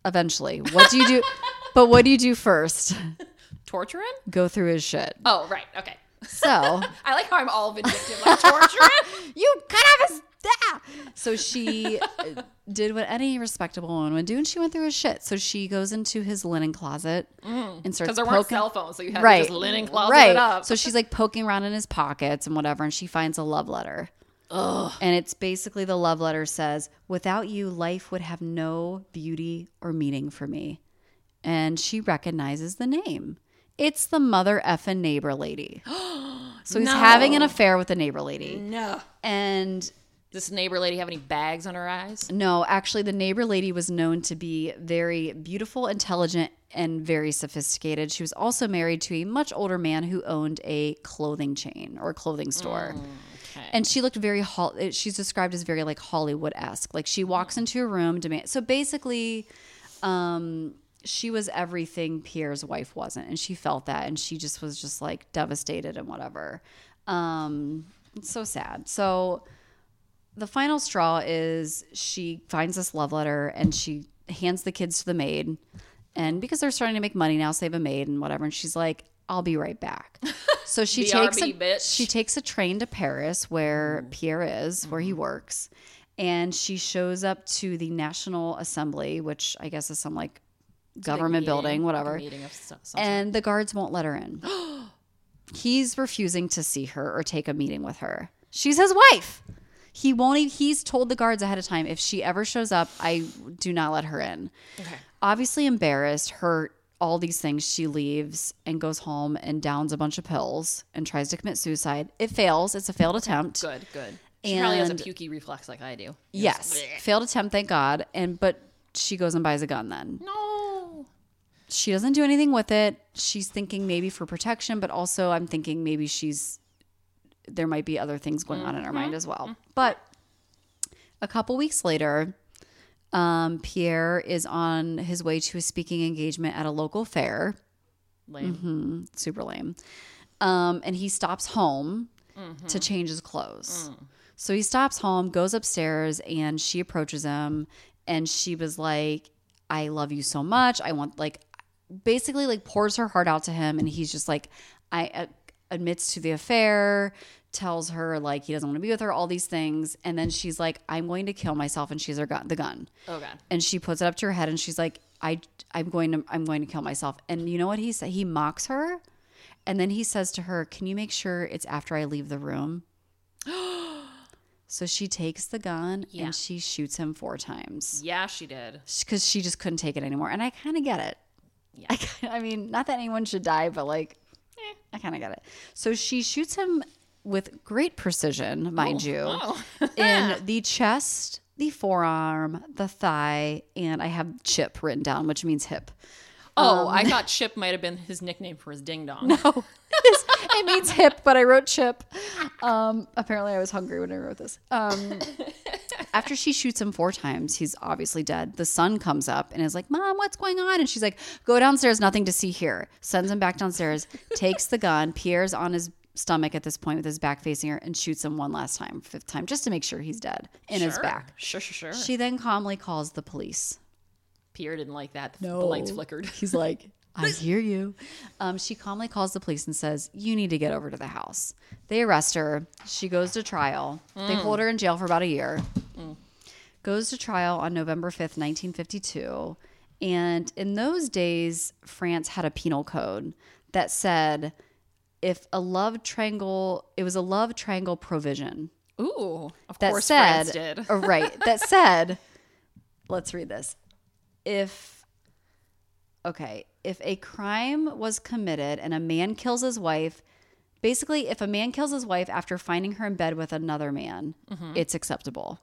[SPEAKER 2] eventually. What do you do? but what do you do first?
[SPEAKER 1] Torture him?
[SPEAKER 2] Go through his shit.
[SPEAKER 1] Oh, right. Okay.
[SPEAKER 2] So
[SPEAKER 1] I like how I'm all vindictive. Like, torture him?
[SPEAKER 2] you cut off his. Ah! So she uh, did what any respectable woman would do, and she went through his shit. So she goes into his linen closet and
[SPEAKER 1] Because
[SPEAKER 2] starts
[SPEAKER 1] Mm-hmm. there weren't
[SPEAKER 2] poking-
[SPEAKER 1] cell phones, so you had
[SPEAKER 2] right.
[SPEAKER 1] to Uh, just linen closet
[SPEAKER 2] right.
[SPEAKER 1] it up.
[SPEAKER 2] So she's like poking around in his pockets and whatever, and she finds a love letter. Ugh. And it's basically the love letter says, Without you, life would have no beauty or meaning for me. And she recognizes the name. It's the mother effing neighbor lady. so he's
[SPEAKER 1] No.
[SPEAKER 2] having an affair with the neighbor lady.
[SPEAKER 1] no.
[SPEAKER 2] And
[SPEAKER 1] Does this neighbor lady have any bags on her eyes?
[SPEAKER 2] no, actually, the neighbor lady was known to be very beautiful, intelligent, and very sophisticated. She was also married to a much older man who owned a clothing chain or clothing store. And she looked very, hol- it- she's described as very like Hollywood esque. Like she walks into a room, demand. So basically, um, she was everything Pierre's wife wasn't. And she felt that. And she just was just like devastated and whatever. Um, it's so sad. So the final straw is she finds this love letter and she hands the kids to the maid. And because they're starting to make money now, so they have a maid and whatever. And she's like, I'll be right back. So she takes a,
[SPEAKER 1] BRB, bitch.
[SPEAKER 2] she takes a train to Paris where Pierre is, where he works. And she shows up to the National Assembly, which I guess is some like government
[SPEAKER 1] Meeting,
[SPEAKER 2] building,
[SPEAKER 1] like a
[SPEAKER 2] whatever.
[SPEAKER 1] meeting of so- some sort.
[SPEAKER 2] And the guards won't let her in. he's refusing to see her or take a meeting with her. She's his wife. He won't. e- He's told the guards ahead of time if she ever shows up, I do not let her in.
[SPEAKER 1] Okay.
[SPEAKER 2] Obviously embarrassed, hurt, all these things, she leaves and goes home and downs a bunch of pills and tries to commit suicide. It fails. It's a failed attempt.
[SPEAKER 1] Good, good. She probably has a
[SPEAKER 2] And-
[SPEAKER 1] pukey reflex like I do.
[SPEAKER 2] Yes, failed attempt. Thank God. And but she goes and buys a gun then.
[SPEAKER 1] No.
[SPEAKER 2] she doesn't do anything with it. She's thinking maybe for protection, but also I'm thinking maybe she's there might be other things going on in her mind as well. But a couple weeks later, um, Pierre is on his way to a speaking engagement at a local fair.
[SPEAKER 1] Lame.
[SPEAKER 2] Mm-hmm. Super lame. Um, and he stops home to change his clothes. So he stops home, goes upstairs, and she approaches him. And she was like, I love you so much. I want, like, basically, like, pours her heart out to him. And he's just like, I uh, admits to the affair, tells her, like, he doesn't want to be with her, all these things. And then she's like, I'm going to kill myself. And she's her gun, the gun
[SPEAKER 1] Oh god.
[SPEAKER 2] and she puts it up to her head and she's like i i'm going to i'm going to kill myself and you know what he said he mocks her and then he says to her can you make sure it's after i leave the room so she takes the gun
[SPEAKER 1] Yeah.
[SPEAKER 2] and she shoots him four times
[SPEAKER 1] Yeah, she did.
[SPEAKER 2] because she just couldn't take it anymore and i kind of get it yeah. I, kinda- I mean not that anyone should die but like eh, i kind of get it so she shoots him with great precision mind you
[SPEAKER 1] Oh.
[SPEAKER 2] in the chest, the forearm, the thigh, and I have chip written down, which means hip.
[SPEAKER 1] Oh, I thought Chip might have been his nickname for his ding dong. No.
[SPEAKER 2] it means hip, but I wrote chip. Um, apparently, I was hungry when I wrote this. Um, after she shoots him four times, he's obviously dead. The son comes up and is like, Mom, what's going on? And she's like, Go downstairs, nothing to see here. Sends him back downstairs, takes the gun. Pierre's on his stomach at this point with his back facing her and shoots him one last time, fifth time, just to make sure he's dead in his
[SPEAKER 1] Sure.
[SPEAKER 2] back.
[SPEAKER 1] Sure, sure, sure.
[SPEAKER 2] She then calmly calls the police.
[SPEAKER 1] Pierre didn't like that. The, the lights flickered.
[SPEAKER 2] He's like, I hear you. Um, she calmly calls the police and says, You need to get over to the house. They arrest her. She goes to trial. They hold her in jail for about a year. Mm. Goes to trial on November 5th, 1952. And in those days, France had a penal code that said if a love triangle, it was a love triangle provision
[SPEAKER 1] Ooh, of
[SPEAKER 2] that
[SPEAKER 1] course
[SPEAKER 2] said,
[SPEAKER 1] France did.
[SPEAKER 2] Oh, right. That said, let's read this. If okay, if a crime was committed and a man kills his wife, basically, if a man kills his wife after finding her in bed with another man, it's acceptable.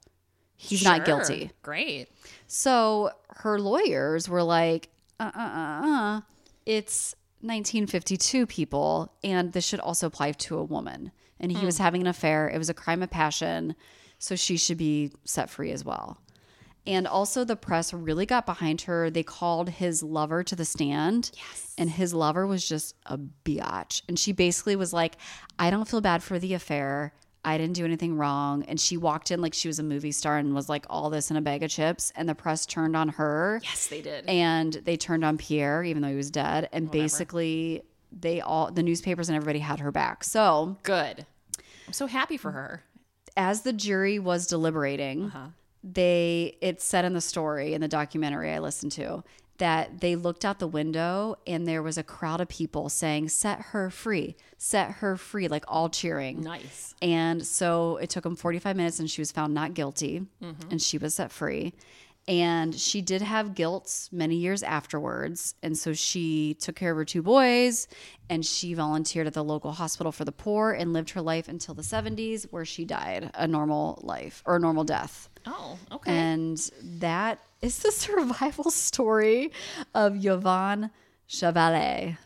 [SPEAKER 2] He's not
[SPEAKER 1] Mm-hmm. Sure.
[SPEAKER 2] guilty.
[SPEAKER 1] Great.
[SPEAKER 2] So her lawyers were like, uh uh uh uh, it's 1952 people, and this should also apply to a woman. And he was having an affair, it was a crime of passion, so she should be set free as well. And also, the press really got behind her. They called his lover to the stand. Yes. And his lover was just a biatch. And she basically was like, I don't feel bad for the affair. I didn't do anything wrong. And she walked in like she was a movie star and was like all this in a bag of chips. And the press turned on her
[SPEAKER 1] Yes, they did.
[SPEAKER 2] and they turned on Pierre, even though he was dead. And basically, they all, the newspapers and everybody had her back. So
[SPEAKER 1] Good. I'm so happy for her.
[SPEAKER 2] as the jury was deliberating, they it said in the story in the documentary I listened to that they looked out the window and there was a crowd of people saying "Set her free, set her free," like all cheering.
[SPEAKER 1] Nice.
[SPEAKER 2] And so it took them 45 minutes and she was found not guilty and she was set free. And she did have guilt many years afterwards. And so she took care of her two boys and she volunteered at the local hospital for the poor and lived her life until the 70s, where she died a normal life or a normal death.
[SPEAKER 1] Oh, okay.
[SPEAKER 2] And that is the survival story of Yvonne Chevalier.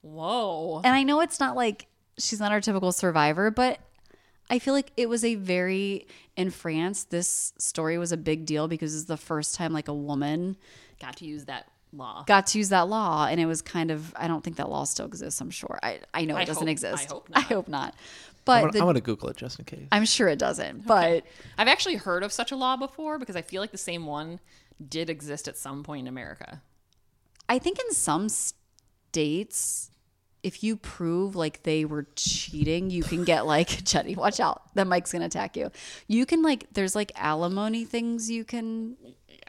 [SPEAKER 1] Whoa.
[SPEAKER 2] And I know it's not like she's not our typical survivor, but I feel like it was a very in France. This story was a big deal because it's the first time like a woman
[SPEAKER 1] Got to use that law.
[SPEAKER 2] got to use that law, and it was kind of. I don't think that law still exists. I'm sure. I I know it
[SPEAKER 1] I
[SPEAKER 2] doesn't
[SPEAKER 1] hope-
[SPEAKER 2] exist.
[SPEAKER 1] I hope not.
[SPEAKER 2] not.
[SPEAKER 3] I'm
[SPEAKER 2] But
[SPEAKER 3] gonna,
[SPEAKER 2] the,
[SPEAKER 3] I'm
[SPEAKER 2] I'm,
[SPEAKER 3] gonna Google it just in case.
[SPEAKER 2] sure it doesn't. But
[SPEAKER 1] I've actually heard of such a law before because I feel like the same one did exist at some point in America.
[SPEAKER 2] I think in some states. If you prove like they were cheating, you can get like Jenny, watch out. That mic's gonna attack you. You can like there's like alimony things you can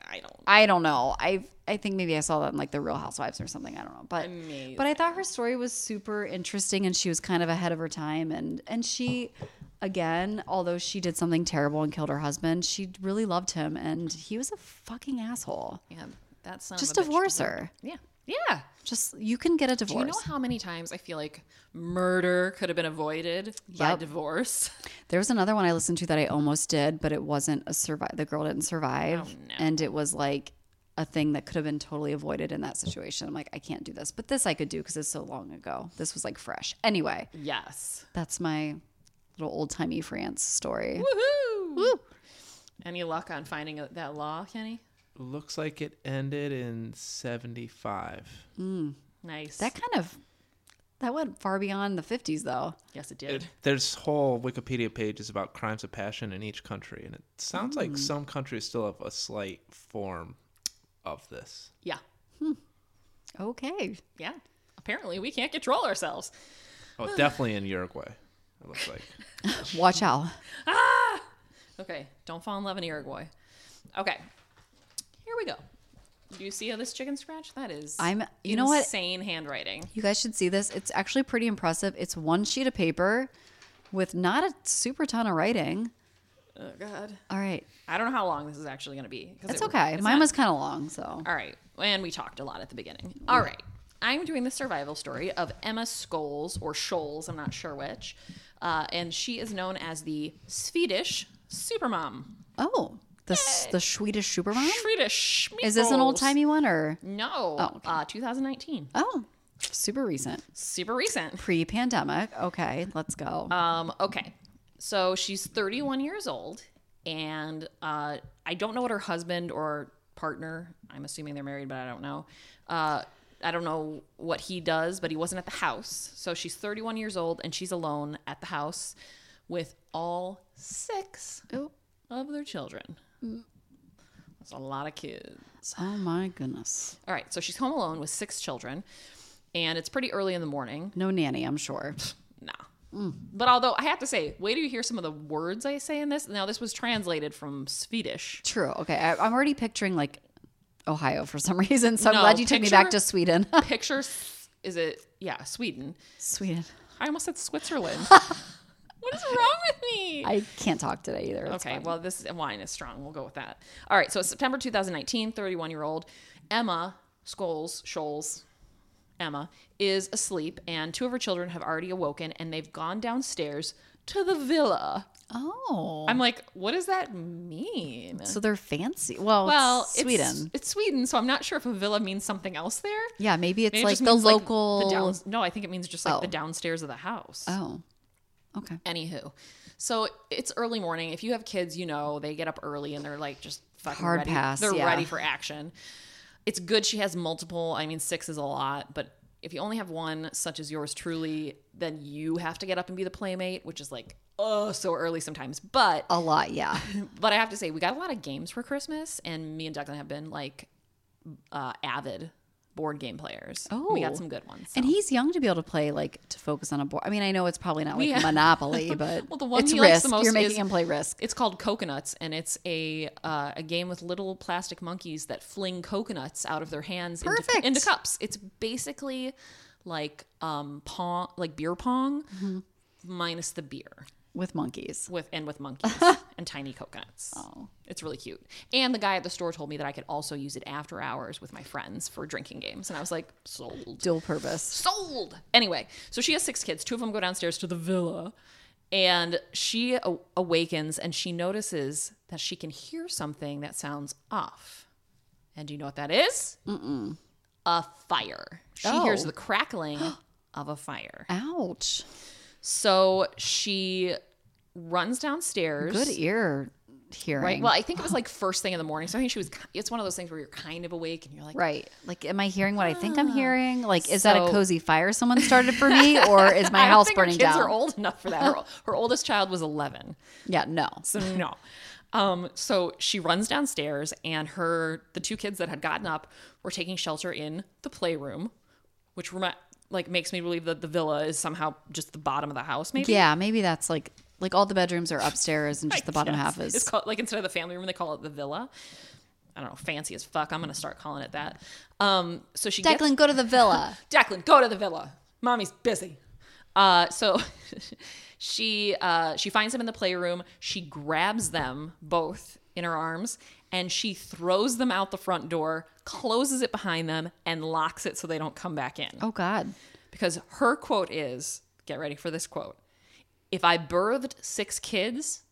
[SPEAKER 1] I don't.
[SPEAKER 2] I don't know. I I think maybe I saw that in like the Real Housewives or something. I don't know. But
[SPEAKER 1] Amazing.
[SPEAKER 2] but I thought her story was super interesting and she was kind of ahead of her time and and she again, although she did something terrible and killed her husband, she really loved him and he was a fucking asshole.
[SPEAKER 1] Yeah, that sounds.
[SPEAKER 2] Just divorce her.
[SPEAKER 1] Yeah. Yeah.
[SPEAKER 2] Just you can get a
[SPEAKER 1] Do
[SPEAKER 2] divorce.
[SPEAKER 1] you know how many times I feel like murder could have been avoided by
[SPEAKER 2] Yep.
[SPEAKER 1] divorce?
[SPEAKER 2] there was another one I listened to that I almost did, but it wasn't a survive the girl didn't survive
[SPEAKER 1] Oh, no.
[SPEAKER 2] and it was like a thing that could have been totally avoided in that situation. I'm like, I can't do this, but this I could do because it's so long ago. This was like fresh. Anyway,
[SPEAKER 1] Yes.
[SPEAKER 2] That's my little old timey France story.
[SPEAKER 1] Woohoo! Woo. Any luck on finding out that law, Kenny?
[SPEAKER 3] Looks like it ended in '75.
[SPEAKER 1] Nice.
[SPEAKER 2] That kind of that went far beyond the fifties though.
[SPEAKER 1] yes, it did.
[SPEAKER 3] There's whole Wikipedia pages about crimes of passion in each country, and it sounds
[SPEAKER 1] Hmm.
[SPEAKER 3] like some countries still have a slight form of this.
[SPEAKER 1] Yeah.
[SPEAKER 2] Okay.
[SPEAKER 1] Yeah. Apparently, we can't control ourselves.
[SPEAKER 3] Oh, definitely in Uruguay. It looks like.
[SPEAKER 2] Watch out.
[SPEAKER 1] Okay, don't fall in love in Uruguay. Okay, here we go. Do you see how this chicken scratch? That is,
[SPEAKER 2] I'm- you know what?
[SPEAKER 1] insane handwriting.
[SPEAKER 2] You guys should see this. It's actually pretty impressive. It's one sheet of paper with not a super ton of writing.
[SPEAKER 1] Oh God,
[SPEAKER 2] All right.
[SPEAKER 1] I don't know how long this is actually going to be. 'cause
[SPEAKER 2] It's
[SPEAKER 1] it-
[SPEAKER 2] okay. Mine
[SPEAKER 1] not-
[SPEAKER 2] was kind of long, so.
[SPEAKER 1] All right, and we talked a lot at the beginning. All right, I'm doing the survival story of Emma Scholes or Scholes. I'm not sure which, uh, and she is known as the Swedish supermom.
[SPEAKER 2] Oh, the s- the Swedish Superman?
[SPEAKER 1] Swedish.
[SPEAKER 2] Is this an
[SPEAKER 1] meatballs.
[SPEAKER 2] old Oh, timey one or?
[SPEAKER 1] No. uh, 2019.
[SPEAKER 2] Oh, super recent.
[SPEAKER 1] Super recent.
[SPEAKER 2] Pre Uh, pandemic. Okay, let's go.
[SPEAKER 1] Um, okay. So she's 31 years old and uh, I don't know what her husband or partner. I'm assuming they're married, but I don't know. Uh, I don't know what he does, but he wasn't at the house. So she's 31 years old and she's alone at the house with all six
[SPEAKER 2] Oh,
[SPEAKER 1] of their children. That's a lot of kids.
[SPEAKER 2] oh my goodness.
[SPEAKER 1] All right, so she's home alone with six children, and it's pretty early in the morning.
[SPEAKER 2] No nanny, I'm sure.
[SPEAKER 1] Nah. But although I have to say, wait till you hear some of the words I say in this. Now, this was translated from Swedish.
[SPEAKER 2] True. Okay. I, I'm already picturing like Ohio for some reason. So I'm
[SPEAKER 1] No,
[SPEAKER 2] glad you took me back
[SPEAKER 1] picture-
[SPEAKER 2] to Sweden.
[SPEAKER 1] Pictures, is it? Yeah, Sweden.
[SPEAKER 2] Sweden.
[SPEAKER 1] I almost said Switzerland. What's wrong with me?
[SPEAKER 2] I can't talk today either. It's
[SPEAKER 1] okay,
[SPEAKER 2] fine.
[SPEAKER 1] well, this wine is strong. We'll go with that. All right, so it's September 2019, 31 year old Emma Scholes, Scholes, Emma, is asleep, and two of her children have already awoken, and they've gone downstairs to the villa.
[SPEAKER 2] oh.
[SPEAKER 1] I'm like, what does that mean?
[SPEAKER 2] so they're fancy. Well,
[SPEAKER 1] well,
[SPEAKER 2] it's
[SPEAKER 1] Sweden.
[SPEAKER 2] Sweden.
[SPEAKER 1] It's, Sweden, so I'm not sure if a villa means something else there.
[SPEAKER 2] yeah, maybe it's
[SPEAKER 1] Maybe it
[SPEAKER 2] like
[SPEAKER 1] just
[SPEAKER 2] the
[SPEAKER 1] means,
[SPEAKER 2] local.
[SPEAKER 1] the down, no, I think it means just like the
[SPEAKER 2] Oh.
[SPEAKER 1] downstairs of the house.
[SPEAKER 2] oh. Okay.
[SPEAKER 1] Anywho, so it's early morning. If you have kids, you know they get up early and they're like just fucking
[SPEAKER 2] Hard
[SPEAKER 1] ready.
[SPEAKER 2] pass,
[SPEAKER 1] They're
[SPEAKER 2] yeah.
[SPEAKER 1] ready for action. It's good she has multiple. I mean, six is a lot, but if you only have one, such as yours truly, then you have to get up and be the playmate, which is like oh so early sometimes. But
[SPEAKER 2] A lot, yeah.
[SPEAKER 1] but I have to say we got a lot of games for Christmas, and me and Declan have been like uh, avid board game players. we
[SPEAKER 2] Oh.
[SPEAKER 1] got some good ones. so.
[SPEAKER 2] And he's young to be able to play like to focus on a board. I mean, I know it's probably not like
[SPEAKER 1] Yeah.
[SPEAKER 2] Monopoly, but
[SPEAKER 1] Well, the one
[SPEAKER 2] it's
[SPEAKER 1] he
[SPEAKER 2] risk.
[SPEAKER 1] likes the most
[SPEAKER 2] You're making
[SPEAKER 1] is-
[SPEAKER 2] him play risk.
[SPEAKER 1] It's called Coconuts, and it's a uh, a game with little plastic monkeys that fling coconuts out of their hands into,
[SPEAKER 2] Perfect.
[SPEAKER 1] into cups. It's basically like um pong, like beer pong,
[SPEAKER 2] Mm-hmm.
[SPEAKER 1] minus the beer
[SPEAKER 2] with monkeys.
[SPEAKER 1] with and with monkeys and tiny coconuts.
[SPEAKER 2] Oh.
[SPEAKER 1] It's really cute. And the guy at the store told me that I could also use it after hours with my friends for drinking games, and I was like, sold
[SPEAKER 2] Dual purpose.
[SPEAKER 1] sold. Anyway, so she has six kids. Two of them go downstairs to the villa, and she a- awakens and she notices that she can hear something that sounds off. And do you know what that is? Mm-mm. A fire. She
[SPEAKER 2] Oh.
[SPEAKER 1] hears the crackling of a fire.
[SPEAKER 2] Ouch.
[SPEAKER 1] So she runs downstairs.
[SPEAKER 2] Good ear hearing.
[SPEAKER 1] Right. Well, I think it was like first thing in the morning. So I think she was. ki- It's one of those things where you're kind of awake and you're like,
[SPEAKER 2] Right. Like, am I hearing what I think I'm hearing? Like, is that a
[SPEAKER 1] So-
[SPEAKER 2] cozy fire someone started for me, or is my
[SPEAKER 1] I don't
[SPEAKER 2] house
[SPEAKER 1] think
[SPEAKER 2] burning
[SPEAKER 1] her kids
[SPEAKER 2] down?
[SPEAKER 1] are old enough for that. Her, her oldest child was 11.
[SPEAKER 2] Yeah, no.
[SPEAKER 1] So no. Um, so she runs downstairs, and her the two kids that had gotten up were taking shelter in the playroom, which remi- like makes me believe that the villa is somehow just the bottom of the house. Maybe
[SPEAKER 2] Yeah, maybe that's like like all the bedrooms are upstairs, and just the bottom half is.
[SPEAKER 1] it's called like instead of the family room, they call it the villa. I don't know, fancy as fuck. I'm gonna start calling it that. Um, so she gets
[SPEAKER 2] Declan, go to the villa.
[SPEAKER 1] Declan, go to the villa. Mommy's busy. Uh, so she uh, she finds them in the playroom. She grabs them both in her arms and she throws them out the front door, closes it behind them, and locks it so they don't come back in.
[SPEAKER 2] Oh God.
[SPEAKER 1] Because her quote is, "Get ready for this quote." If I birthed six kids,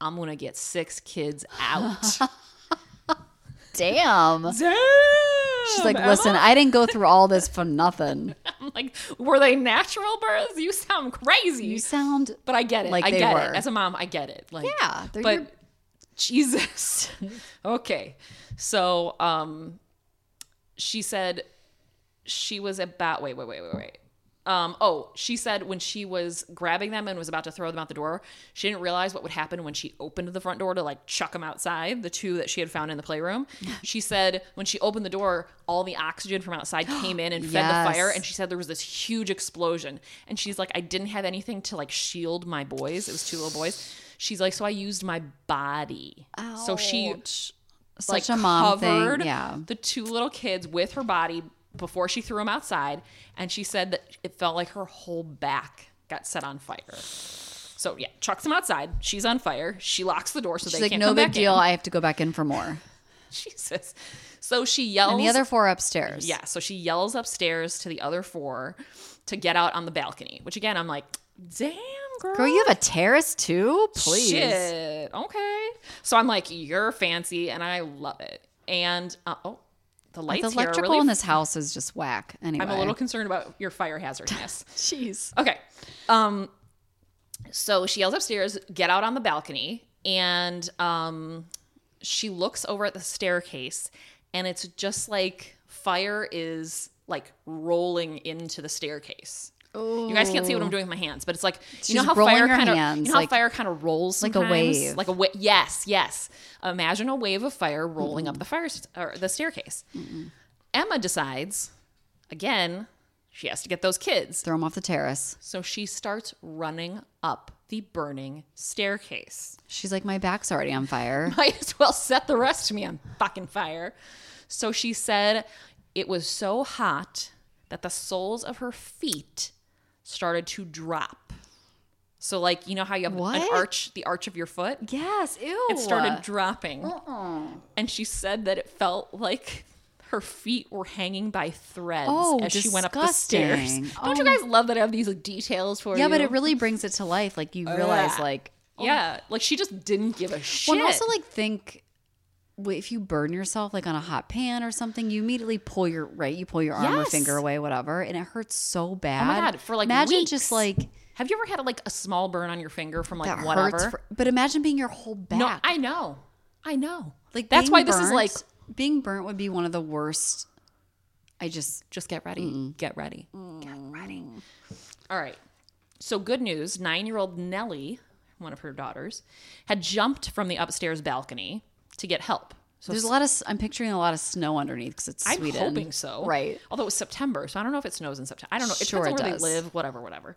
[SPEAKER 1] I'm gonna get six kids out.
[SPEAKER 2] Damn.
[SPEAKER 1] Damn.
[SPEAKER 2] She's like, listen, I didn't go through all this for nothing.
[SPEAKER 1] I'm like, were they natural births? You sound crazy.
[SPEAKER 2] You sound.
[SPEAKER 1] But I get it.
[SPEAKER 2] Like
[SPEAKER 1] I
[SPEAKER 2] they
[SPEAKER 1] get
[SPEAKER 2] were.
[SPEAKER 1] it. As a mom, I get it. Like
[SPEAKER 2] Yeah, they're
[SPEAKER 1] but
[SPEAKER 2] your-
[SPEAKER 1] Jesus. okay. So um she said she was about wait, wait, wait, wait, wait. Um, oh, she said when she was grabbing them and was about to throw them out the door, she didn't realize what would happen when she opened the front door to like chuck them outside, the two that she had found in the playroom. She said when she opened the door, all the oxygen from outside came in and fed the fire,
[SPEAKER 2] Yes.
[SPEAKER 1] and she said there was this huge explosion. And she's like, I didn't have anything to like shield my boys. It was two little boys. She's like, so I used my body. So she
[SPEAKER 2] Ouch.
[SPEAKER 1] like
[SPEAKER 2] such a mom
[SPEAKER 1] covered
[SPEAKER 2] thing. Yeah.
[SPEAKER 1] the two little kids with her body before she threw them outside and she said that it felt like her whole back got set on fire so yeah chucks them outside she's on fire she locks the door so
[SPEAKER 2] She's
[SPEAKER 1] they
[SPEAKER 2] like,
[SPEAKER 1] can't
[SPEAKER 2] no
[SPEAKER 1] come
[SPEAKER 2] big
[SPEAKER 1] back
[SPEAKER 2] deal.
[SPEAKER 1] in.
[SPEAKER 2] I have to go back in for more.
[SPEAKER 1] jesus so she yells
[SPEAKER 2] And the other four upstairs.
[SPEAKER 1] yeah so she yells upstairs to the other four to get out on the balcony which again i'm like damn girl
[SPEAKER 2] Girl, you have a terrace too? Please.
[SPEAKER 1] Shit. Okay. So I'm like, you're fancy, and I love it. And uh, oh, the lights
[SPEAKER 2] The
[SPEAKER 1] here are
[SPEAKER 2] electrical
[SPEAKER 1] really.
[SPEAKER 2] in this house is just whack. Anyway.
[SPEAKER 1] I'm a little concerned about your fire hazardness.
[SPEAKER 2] Jeez.
[SPEAKER 1] okay. Um. So she yells upstairs, "Get out on the balcony!" and um, she looks over at the staircase, and it's just like fire is like rolling into the staircase. Oh. You guys can't see what I'm doing with my hands, but it's like you know
[SPEAKER 2] She's
[SPEAKER 1] how
[SPEAKER 2] rolling
[SPEAKER 1] fire
[SPEAKER 2] her
[SPEAKER 1] kind of you
[SPEAKER 2] hands,
[SPEAKER 1] know how
[SPEAKER 2] like-
[SPEAKER 1] fire kind of rolls
[SPEAKER 2] like a
[SPEAKER 1] sometimes?
[SPEAKER 2] wave.
[SPEAKER 1] like a wa- yes, yes. Imagine a wave of fire rolling up the fire st- or the staircase. Emma decides again she has to get those kids.
[SPEAKER 2] Throw him off the terrace.
[SPEAKER 1] So she starts running up the burning staircase.
[SPEAKER 2] She's like, my back's already on fire.
[SPEAKER 1] Might as well set the rest of me on fucking fire. So she said it was so hot that the soles of her feet started to drop. So like you know how you have an
[SPEAKER 2] What?
[SPEAKER 1] arch, the arch of your foot?
[SPEAKER 2] Yes, ew. Uh-uh.
[SPEAKER 1] It started dropping. And she said that it felt like her feet were hanging by threads
[SPEAKER 2] Oh,
[SPEAKER 1] as she went up the stairs.
[SPEAKER 2] disgusting.
[SPEAKER 1] Don't you
[SPEAKER 2] Oh.
[SPEAKER 1] guys love that I have these like, details for you?
[SPEAKER 2] Yeah, but it really brings it to life. Like you realize, like,
[SPEAKER 1] Oh, Yeah, like she just didn't give a shit.
[SPEAKER 2] well, and also like think w- if you burn yourself like on a hot pan or something, you immediately pull your right, you pull your arm or
[SPEAKER 1] Yes. Oh
[SPEAKER 2] finger away, whatever, and it hurts so bad.
[SPEAKER 1] God, for, like,
[SPEAKER 2] imagine
[SPEAKER 1] weeks.
[SPEAKER 2] just like
[SPEAKER 1] have you ever had like a small burn on your finger from like
[SPEAKER 2] that
[SPEAKER 1] whatever?
[SPEAKER 2] hurts. For, but imagine being your whole back.
[SPEAKER 1] no, I know, I know.
[SPEAKER 2] like
[SPEAKER 1] that's
[SPEAKER 2] being
[SPEAKER 1] why this is
[SPEAKER 2] burnt-
[SPEAKER 1] like
[SPEAKER 2] being burnt would be one of the worst. I just
[SPEAKER 1] just get ready, get ready, get ready. All right. So good news: nine-year-old Nellie, one of her daughters, had jumped from the upstairs balcony to get help. So
[SPEAKER 2] there's a lot of s- I'm picturing a lot of snow underneath because it's
[SPEAKER 1] I'm
[SPEAKER 2] Sweden.
[SPEAKER 1] hoping so.
[SPEAKER 2] Right.
[SPEAKER 1] Although it's September, so I don't know if it snows in September. I don't know. It
[SPEAKER 2] Sure
[SPEAKER 1] depends
[SPEAKER 2] it
[SPEAKER 1] on where
[SPEAKER 2] does.
[SPEAKER 1] they live, whatever, whatever.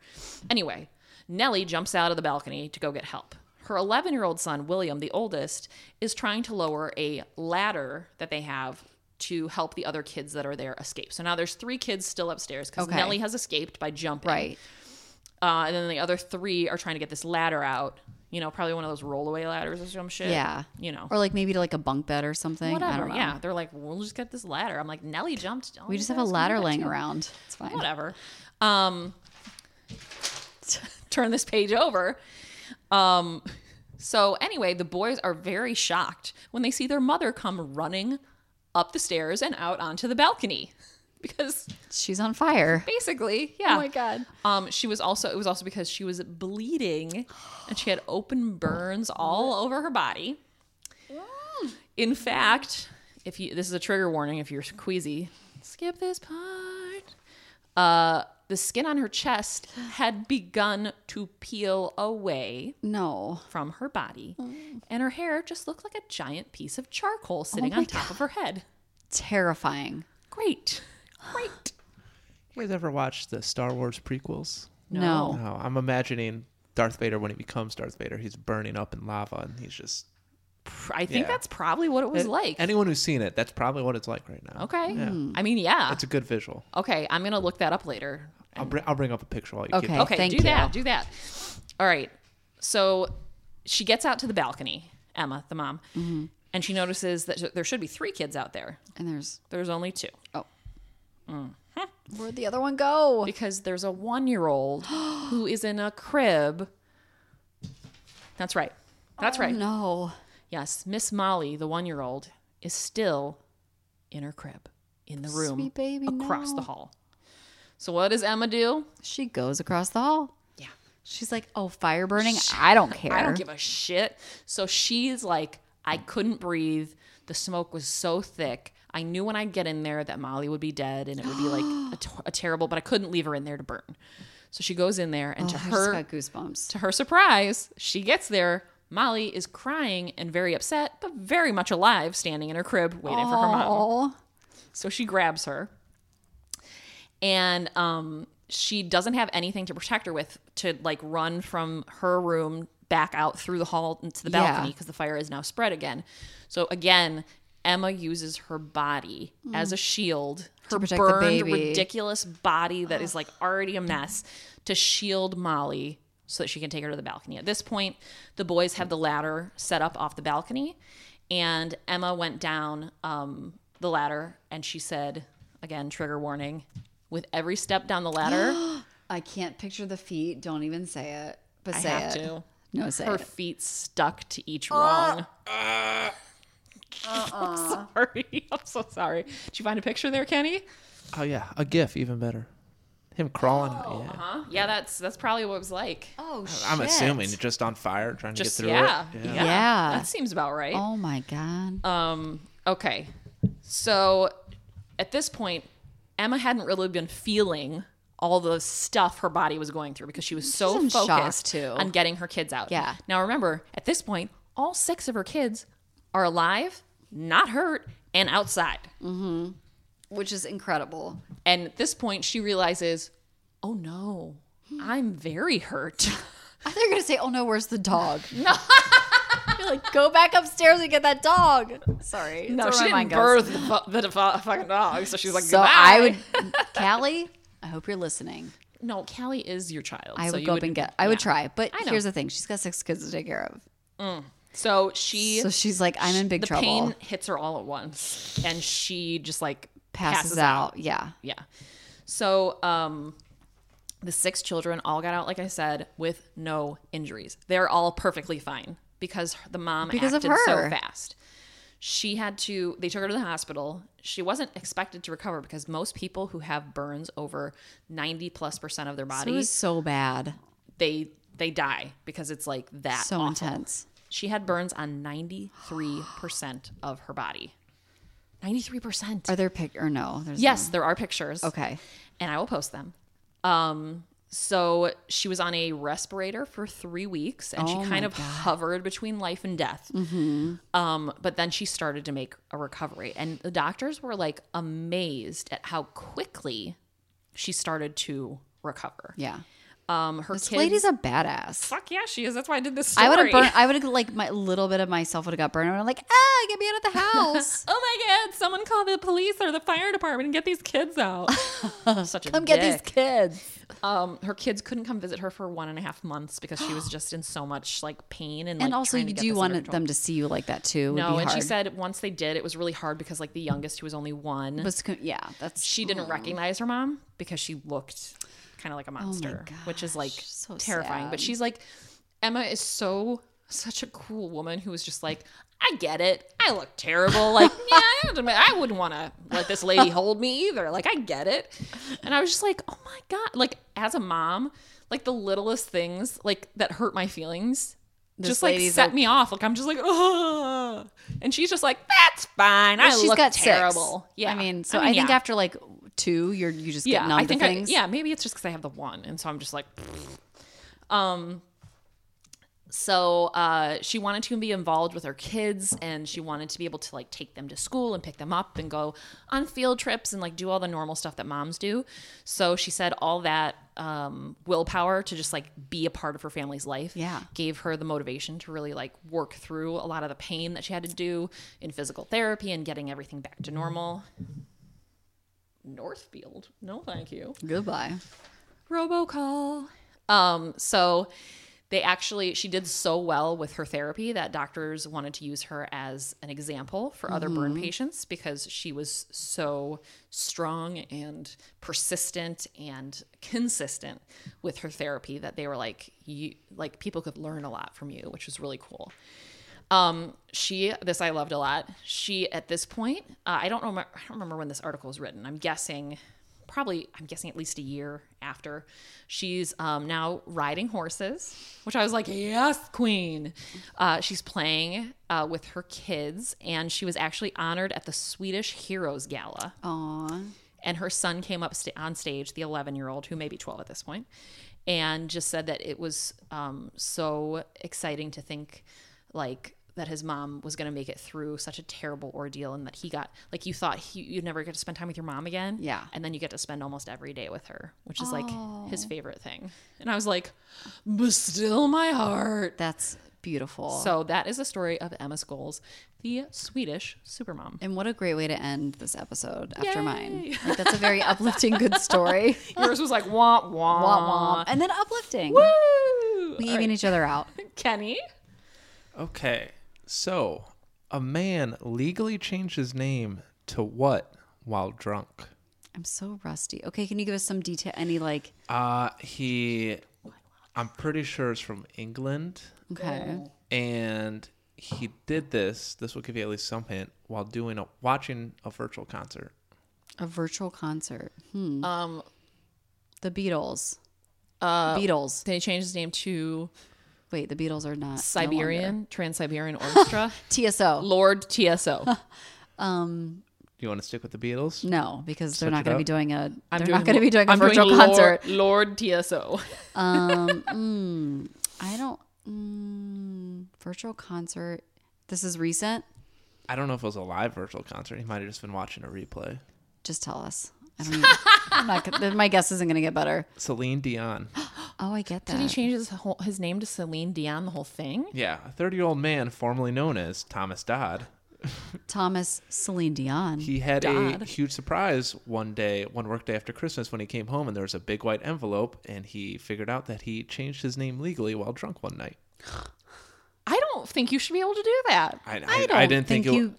[SPEAKER 1] Anyway, Nellie jumps out of the balcony to go get help. Her 11 year old son, William, the oldest, is trying to lower a ladder that they have to help the other kids that are there escape. So now there's three kids still upstairs because
[SPEAKER 2] Okay.
[SPEAKER 1] Nellie has escaped by jumping.
[SPEAKER 2] Right.
[SPEAKER 1] Uh, and then the other three are trying to get this ladder out. You know, probably one of those rollaway ladders or some shit.
[SPEAKER 2] Yeah.
[SPEAKER 1] You know.
[SPEAKER 2] Or like maybe to like a bunk bed or something. I
[SPEAKER 1] Whatever.
[SPEAKER 2] don't know.
[SPEAKER 1] Yeah. They're like, we'll just get this ladder. I'm like, Nellie jumped.
[SPEAKER 2] We just have a ladder laying around. It's fine.
[SPEAKER 1] whatever. Um, turn this page over. Um, so anyway, the boys are very shocked when they see their mother come running up the stairs and out onto the balcony because
[SPEAKER 2] She's on fire.
[SPEAKER 1] basically, yeah.
[SPEAKER 2] god.
[SPEAKER 1] Um, she was also it was also because she was bleeding and she had open burns all over her body. In fact, if you this is a trigger warning if you're queasy, skip this part. Uh the skin on her chest had begun to peel away
[SPEAKER 2] No.
[SPEAKER 1] from her body, and her hair just looked like a giant piece of charcoal sitting on top of her head.
[SPEAKER 2] Terrifying.
[SPEAKER 1] Great. Great.
[SPEAKER 3] You guys ever watched the Star Wars prequels?
[SPEAKER 2] No.
[SPEAKER 1] Oh.
[SPEAKER 3] No, I'm imagining Darth Vader when he becomes Darth Vader. He's burning up in lava, and he's just.
[SPEAKER 1] Pr- I think
[SPEAKER 3] Yeah.
[SPEAKER 1] that's probably what it was like.
[SPEAKER 3] Anyone who's seen it, that's probably what it's like right now.
[SPEAKER 1] okay.
[SPEAKER 3] Yeah.
[SPEAKER 2] Hmm.
[SPEAKER 1] I mean, yeah.
[SPEAKER 3] It's a good visual.
[SPEAKER 1] Okay, I'm gonna look that up later.
[SPEAKER 3] I'll, bring. I'll bring up a picture while you
[SPEAKER 2] Okay.
[SPEAKER 3] keep
[SPEAKER 1] Okay,
[SPEAKER 2] thank
[SPEAKER 1] do
[SPEAKER 2] you.
[SPEAKER 1] that. Do that. All right. So she gets out to the balcony, Emma, the mom,
[SPEAKER 2] Mm-hmm.
[SPEAKER 1] and she notices that there should be three kids out there.
[SPEAKER 2] And there's
[SPEAKER 1] There's only two
[SPEAKER 2] Oh.
[SPEAKER 1] Mm-hmm.
[SPEAKER 2] where'd the other one go?
[SPEAKER 1] because there's a one-year-old who is in a crib. That's right. That's right.
[SPEAKER 2] Oh, No.
[SPEAKER 1] Yes, Miss Molly, the one-year-old, is still in her crib in the room
[SPEAKER 2] Sweet baby,
[SPEAKER 1] across
[SPEAKER 2] no.
[SPEAKER 1] the hall. So what does Emma do?
[SPEAKER 2] She goes across the hall.
[SPEAKER 1] Yeah.
[SPEAKER 2] She's like, oh, fire burning. I don't care.
[SPEAKER 1] I don't give a shit. So she's like, I couldn't breathe. The smoke was so thick. I knew when I'd get in there that Molly would be dead and it would be like a, t- a terrible, but I couldn't leave her in there to burn. So she goes in there and to
[SPEAKER 2] Oh, I just
[SPEAKER 1] her
[SPEAKER 2] got goosebumps.
[SPEAKER 1] to her surprise, she gets there. Molly is crying and very upset, but very much alive, standing in her crib waiting for her mom.
[SPEAKER 2] Oh.
[SPEAKER 1] So she grabs her, and um, she doesn't have anything to protect her with to like run from her room back out through the hall into the
[SPEAKER 2] Yeah.
[SPEAKER 1] balcony because the fire is now spread again. So again, Emma uses her body as a shield. Her
[SPEAKER 2] protect the
[SPEAKER 1] burned,
[SPEAKER 2] baby.
[SPEAKER 1] ridiculous body that is like already a mess to shield Molly so that she can take her to the balcony. At this point, the boys have the ladder set up off the balcony, and Emma went down um, the ladder and she said, again, trigger warning, with every step down the ladder,
[SPEAKER 2] I can't picture the feet. Don't even say it. But
[SPEAKER 1] I
[SPEAKER 2] say
[SPEAKER 1] have
[SPEAKER 2] it.
[SPEAKER 1] to.
[SPEAKER 2] No, say
[SPEAKER 1] Her
[SPEAKER 2] it.
[SPEAKER 1] feet stuck to each rung.
[SPEAKER 2] Uh-uh.
[SPEAKER 1] I'm sorry. I'm so sorry. Did you find a picture there, Kenny?
[SPEAKER 3] Oh yeah, a GIF even better. Him crawling. yeah.
[SPEAKER 1] Huh?
[SPEAKER 2] Uh-uh.
[SPEAKER 1] Yeah, that's that's probably what it was like.
[SPEAKER 2] Oh, shit.
[SPEAKER 3] I'm assuming just on fire trying
[SPEAKER 1] Just
[SPEAKER 3] to get through
[SPEAKER 1] yeah,
[SPEAKER 3] it.
[SPEAKER 1] yeah.
[SPEAKER 2] Yeah.
[SPEAKER 1] That seems about right.
[SPEAKER 2] Oh my god.
[SPEAKER 1] Um, okay. So at this point, Emma hadn't really been feeling all the stuff her body was going through because she was so
[SPEAKER 2] in shock,
[SPEAKER 1] focused
[SPEAKER 2] too.
[SPEAKER 1] on getting her kids out.
[SPEAKER 2] Yeah.
[SPEAKER 1] Now remember, at this point, all six of her kids are alive, not hurt, and outside.
[SPEAKER 2] Which is incredible.
[SPEAKER 1] And at this point, she realizes, oh no, I'm very hurt.
[SPEAKER 2] I thought you were gonna say, "Oh no, where's the dog?" No. You're like, go back upstairs and get that dog. Sorry.
[SPEAKER 1] no,
[SPEAKER 2] that's
[SPEAKER 1] she
[SPEAKER 2] where my
[SPEAKER 1] didn't
[SPEAKER 2] mind goes.
[SPEAKER 1] birth the, fu- the, defu- fucking dog, so she's like,
[SPEAKER 2] So
[SPEAKER 1] Goodbye.
[SPEAKER 2] I would, Callie. I hope you're listening.
[SPEAKER 1] No, Callie is your child.
[SPEAKER 2] I
[SPEAKER 1] so
[SPEAKER 2] would
[SPEAKER 1] you
[SPEAKER 2] go up and get. I would try, but
[SPEAKER 1] I know.
[SPEAKER 2] here's the thing: she's got six kids to take care of.
[SPEAKER 1] So she
[SPEAKER 2] So she's like, I'm in big
[SPEAKER 1] the
[SPEAKER 2] trouble.
[SPEAKER 1] pain hits her all at once and she just like
[SPEAKER 2] passes, out. Yeah.
[SPEAKER 1] yeah so um the six children all got out like i said with no injuries they're all perfectly fine because the mom
[SPEAKER 2] Because of
[SPEAKER 1] acted so
[SPEAKER 2] her.
[SPEAKER 1] fast she had to they took her to the hospital she wasn't expected to recover because most people who have burns over 90 plus percent of their
[SPEAKER 2] It
[SPEAKER 1] body
[SPEAKER 2] was so bad.
[SPEAKER 1] they they die because it's like that
[SPEAKER 2] So
[SPEAKER 1] awful.
[SPEAKER 2] intense.
[SPEAKER 1] She had burns on 93% of her body. 93%.
[SPEAKER 2] Are there pic or no? There's
[SPEAKER 1] yes, there are pictures.
[SPEAKER 2] Okay.
[SPEAKER 1] And I will post them. Um, so she was on a respirator for three weeks and
[SPEAKER 2] Oh
[SPEAKER 1] she kind
[SPEAKER 2] my Mm-hmm.
[SPEAKER 1] of hovered between life and death. Um, but then she started to make a recovery. And the doctors were like amazed at how quickly she started to recover.
[SPEAKER 2] Yeah.
[SPEAKER 1] Um, her
[SPEAKER 2] This
[SPEAKER 1] kids.
[SPEAKER 2] lady's a badass.
[SPEAKER 1] fuck yeah, she is. That's why I did this story.
[SPEAKER 2] I would have burned. I would have like my little bit of myself would have got burned. I would have like, ah, get me out of the house.
[SPEAKER 1] oh my god, someone call the police or the fire department and get these kids out. Such a
[SPEAKER 2] Come get
[SPEAKER 1] dick.
[SPEAKER 2] these kids.
[SPEAKER 1] Um, her kids couldn't come visit her for one and a half months because she was just in so much like pain and
[SPEAKER 2] And
[SPEAKER 1] like,
[SPEAKER 2] also,
[SPEAKER 1] trying to
[SPEAKER 2] you
[SPEAKER 1] get
[SPEAKER 2] do
[SPEAKER 1] this
[SPEAKER 2] want
[SPEAKER 1] under control.
[SPEAKER 2] them to see you like that too. Would
[SPEAKER 1] No,
[SPEAKER 2] be
[SPEAKER 1] and she
[SPEAKER 2] hard.
[SPEAKER 1] said once they did, it was really hard because like the youngest, who was only one,
[SPEAKER 2] Was co- yeah, that's
[SPEAKER 1] she didn't recognize her mom because she looked kind of like a monster, which is like
[SPEAKER 2] Oh so
[SPEAKER 1] terrifying. But
[SPEAKER 2] sad.
[SPEAKER 1] she's like, Emma is so such a cool woman who was just like, I get it. I look terrible. Like, yeah, I, don't- I wouldn't want to let this lady hold me either. Like, I get it. And I was just like, oh my god. Like, as a mom, like the littlest things like that hurt my feelings.
[SPEAKER 2] This
[SPEAKER 1] just like
[SPEAKER 2] lady's
[SPEAKER 1] set
[SPEAKER 2] okay.
[SPEAKER 1] me off. Like I'm just like, oh, and she's just like, that's fine. I
[SPEAKER 2] She's
[SPEAKER 1] look
[SPEAKER 2] got six.
[SPEAKER 1] terrible. Yeah,
[SPEAKER 2] I mean, so I, think
[SPEAKER 1] yeah
[SPEAKER 2] after like two, you're you just get
[SPEAKER 1] yeah,
[SPEAKER 2] numb
[SPEAKER 1] I think
[SPEAKER 2] to things.
[SPEAKER 1] I, yeah, maybe it's just because I have the one, and so I'm just like, pfft. um. So uh, she wanted to be involved with her kids, and she wanted to be able to like take them to school and pick them up and go on field trips and like do all the normal stuff that moms do. So she said all that um, willpower to just like be a part of her family's life
[SPEAKER 2] Yeah.
[SPEAKER 1] gave her the motivation to really like work through a lot of the pain that she had to do in physical therapy and getting everything back to normal. Mm. Northfield, no, thank you.
[SPEAKER 2] Goodbye.
[SPEAKER 1] Robocall. Um, so they actually she did so well with her therapy that doctors wanted to use her as an example for other burn patients because she was so strong and persistent and consistent with her therapy that they were like you like people could learn a lot from you, which was really cool. Um, she this I loved a lot. She at this point, uh, I don't know, I don't remember when this article was written. I'm guessing, probably, I'm guessing at least a year after. She's um, now riding horses, which I was like, yes, queen. Uh, she's playing uh, with her kids, and she was actually honored at the Swedish Heroes Gala
[SPEAKER 2] Aw.
[SPEAKER 1] and her son came up sta- on stage the 11 year old who may be 12 at this point and just said that it was um, so exciting to think like that his mom was going to make it through such a terrible ordeal and that he got like you thought he, you'd never get to spend time with your mom again
[SPEAKER 2] Yeah.
[SPEAKER 1] and then you get to spend almost every day with her which is like his favorite thing and i was like but still my heart
[SPEAKER 2] That's beautiful.
[SPEAKER 1] so that is the story of emma scholes the swedish supermom
[SPEAKER 2] and what a great way to end this episode after mine.
[SPEAKER 1] Yay.
[SPEAKER 2] Like, that's a very uplifting, good story.
[SPEAKER 1] yours was like wah wah
[SPEAKER 2] Womp womp. And then uplifting.
[SPEAKER 1] Woo!
[SPEAKER 2] We
[SPEAKER 1] All
[SPEAKER 2] even each other out.
[SPEAKER 1] right. Kenny.
[SPEAKER 3] Okay. So, a man legally changed his name to what while drunk?
[SPEAKER 2] I'm so rusty. Okay, can you give us some detail? Any like,
[SPEAKER 3] Uh, he, I'm pretty sure is from England,
[SPEAKER 2] okay.
[SPEAKER 3] and he did this. This will give you at least some hint while doing a watching a virtual concert.
[SPEAKER 2] A virtual concert. Hmm.
[SPEAKER 1] Um,
[SPEAKER 2] The Beatles.
[SPEAKER 1] uh,
[SPEAKER 2] Beatles.
[SPEAKER 1] Then he changed his name to
[SPEAKER 2] Wait, the Beatles are not no
[SPEAKER 1] Siberian, Trans Siberian Orchestra,
[SPEAKER 2] longer. TSO.
[SPEAKER 1] Lord TSO.
[SPEAKER 3] Do you want to stick with the Beatles?
[SPEAKER 2] No, because they're
[SPEAKER 3] Switch
[SPEAKER 2] not going
[SPEAKER 3] it
[SPEAKER 2] to
[SPEAKER 3] up.
[SPEAKER 2] be doing a.
[SPEAKER 1] I'm
[SPEAKER 2] they're
[SPEAKER 1] doing
[SPEAKER 2] not going to be doing a
[SPEAKER 1] I'm
[SPEAKER 2] virtual
[SPEAKER 1] Lord-
[SPEAKER 2] concert.
[SPEAKER 1] Lord, TSO.
[SPEAKER 2] um, mm, I don't. Mm, virtual concert. This is recent.
[SPEAKER 3] I don't know if it was a live virtual concert. He might have just been watching a replay.
[SPEAKER 2] Just tell us. I don't. Even, I'm not. gonna- My guess isn't going to get better.
[SPEAKER 3] Celine Dion.
[SPEAKER 2] Oh, I get
[SPEAKER 1] Did he
[SPEAKER 2] that.
[SPEAKER 1] change his whole, his name to Celine Dion? The whole thing.
[SPEAKER 3] Yeah, a 30 year old man formerly known as Thomas Dodd.
[SPEAKER 2] Thomas Celine Dion.
[SPEAKER 3] He had
[SPEAKER 1] Dodd.
[SPEAKER 3] a huge surprise one day, one workday after Christmas when he came home and there was a big white envelope and he figured out that he changed his name legally while drunk one night.
[SPEAKER 1] I don't think you should be able to do that.
[SPEAKER 3] I, I,
[SPEAKER 1] don't
[SPEAKER 3] I didn't
[SPEAKER 2] think
[SPEAKER 3] think, it
[SPEAKER 2] you.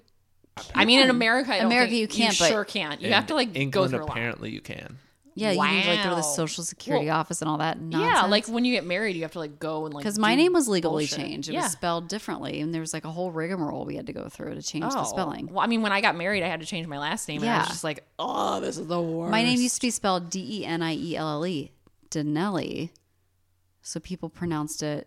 [SPEAKER 1] I mean, in America, I don't
[SPEAKER 2] America,
[SPEAKER 1] think-
[SPEAKER 2] you can't, but-
[SPEAKER 1] sure can't. You
[SPEAKER 3] in
[SPEAKER 1] have to like
[SPEAKER 3] England,
[SPEAKER 1] go through a lot.
[SPEAKER 3] apparently you can.
[SPEAKER 2] Yeah, you need to like go to
[SPEAKER 1] Wow.
[SPEAKER 2] the social security
[SPEAKER 1] Well,
[SPEAKER 2] office and all that nonsense.
[SPEAKER 1] Yeah, like when you get married, you have to like go and like.
[SPEAKER 2] because my
[SPEAKER 1] do
[SPEAKER 2] name was legally
[SPEAKER 1] bullshit.
[SPEAKER 2] changed. It
[SPEAKER 1] yeah.
[SPEAKER 2] was spelled differently, and there was like a whole rigmarole we had to go through to change
[SPEAKER 1] Oh.
[SPEAKER 2] the spelling.
[SPEAKER 1] Well, I mean, when I got married, I had to change my last name, and I was
[SPEAKER 2] Yeah.
[SPEAKER 1] just like, "Oh, this is the worst."
[SPEAKER 2] My name used to be spelled D E N I E L L E, Denelli. So people pronounced it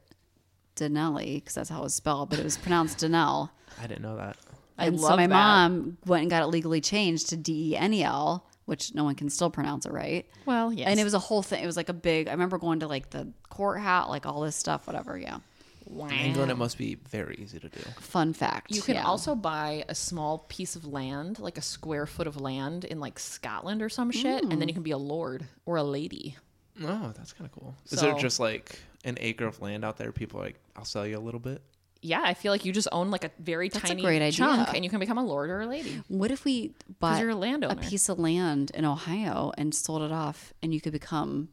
[SPEAKER 2] Denelli because that's how it was spelled, but it was pronounced Denell.
[SPEAKER 3] I didn't know that.
[SPEAKER 1] I
[SPEAKER 2] and so
[SPEAKER 1] love
[SPEAKER 2] my
[SPEAKER 1] that.
[SPEAKER 2] mom went and got it legally changed to D E N E L, which no one can still pronounce it right.
[SPEAKER 1] Well, yes.
[SPEAKER 2] And it was a whole thing. It was like a big. I remember going to like the court hat, like all this stuff, whatever. Yeah.
[SPEAKER 1] wow.
[SPEAKER 3] In England, it must be very easy to do.
[SPEAKER 2] Fun fact.
[SPEAKER 1] You can
[SPEAKER 2] yeah.
[SPEAKER 1] also buy a small piece of land, like a square foot of land in like Scotland or some shit, and then
[SPEAKER 2] Mm.
[SPEAKER 1] you can be a lord or a lady.
[SPEAKER 3] Oh, that's kind of cool. Is there
[SPEAKER 1] So-
[SPEAKER 3] just like an acre of land out there? People are like, I'll sell you a little bit.
[SPEAKER 1] Yeah, I feel like you just own like a very
[SPEAKER 2] a
[SPEAKER 1] tiny
[SPEAKER 2] great idea.
[SPEAKER 1] chunk, and you can become a lord or a lady.
[SPEAKER 2] What if we bought
[SPEAKER 1] you're a landowner.
[SPEAKER 2] piece of land in Ohio and sold it off, and you could become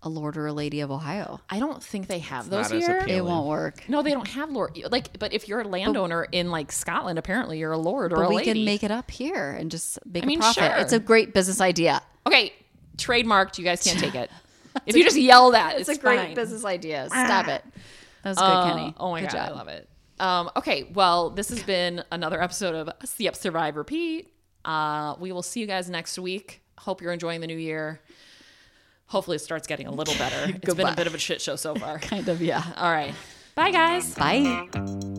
[SPEAKER 2] a lord or a lady of Ohio?
[SPEAKER 1] I don't think they have
[SPEAKER 3] not
[SPEAKER 1] those
[SPEAKER 3] as
[SPEAKER 1] here.
[SPEAKER 3] appealing.
[SPEAKER 2] It won't work.
[SPEAKER 1] No, they don't have lord. Like, but if you're a landowner in like Scotland, apparently you're a lord or
[SPEAKER 2] But
[SPEAKER 1] a
[SPEAKER 2] we
[SPEAKER 1] lady.
[SPEAKER 2] can make it up here and just make
[SPEAKER 1] mean,
[SPEAKER 2] a profit.
[SPEAKER 1] sure.
[SPEAKER 2] It's a great business idea.
[SPEAKER 1] okay, trademarked. You guys can't take it. if you just yell that, it's,
[SPEAKER 2] It's, a great
[SPEAKER 1] fine.
[SPEAKER 2] business idea. Stop it. That was good,
[SPEAKER 1] Uh,
[SPEAKER 2] Kenny.
[SPEAKER 1] Ah. Oh my
[SPEAKER 2] Good
[SPEAKER 1] god,
[SPEAKER 2] job.
[SPEAKER 1] I love it. Um, okay, well, this has been another episode of See Up Survive Repeat. Uh, we will see you guys next week. Hope you're enjoying the new year. Hopefully, it starts getting a little better. it's been
[SPEAKER 2] Goodbye.
[SPEAKER 1] a bit of a shit show so far.
[SPEAKER 2] Kind of, yeah.
[SPEAKER 1] All right, bye guys.
[SPEAKER 2] Bye.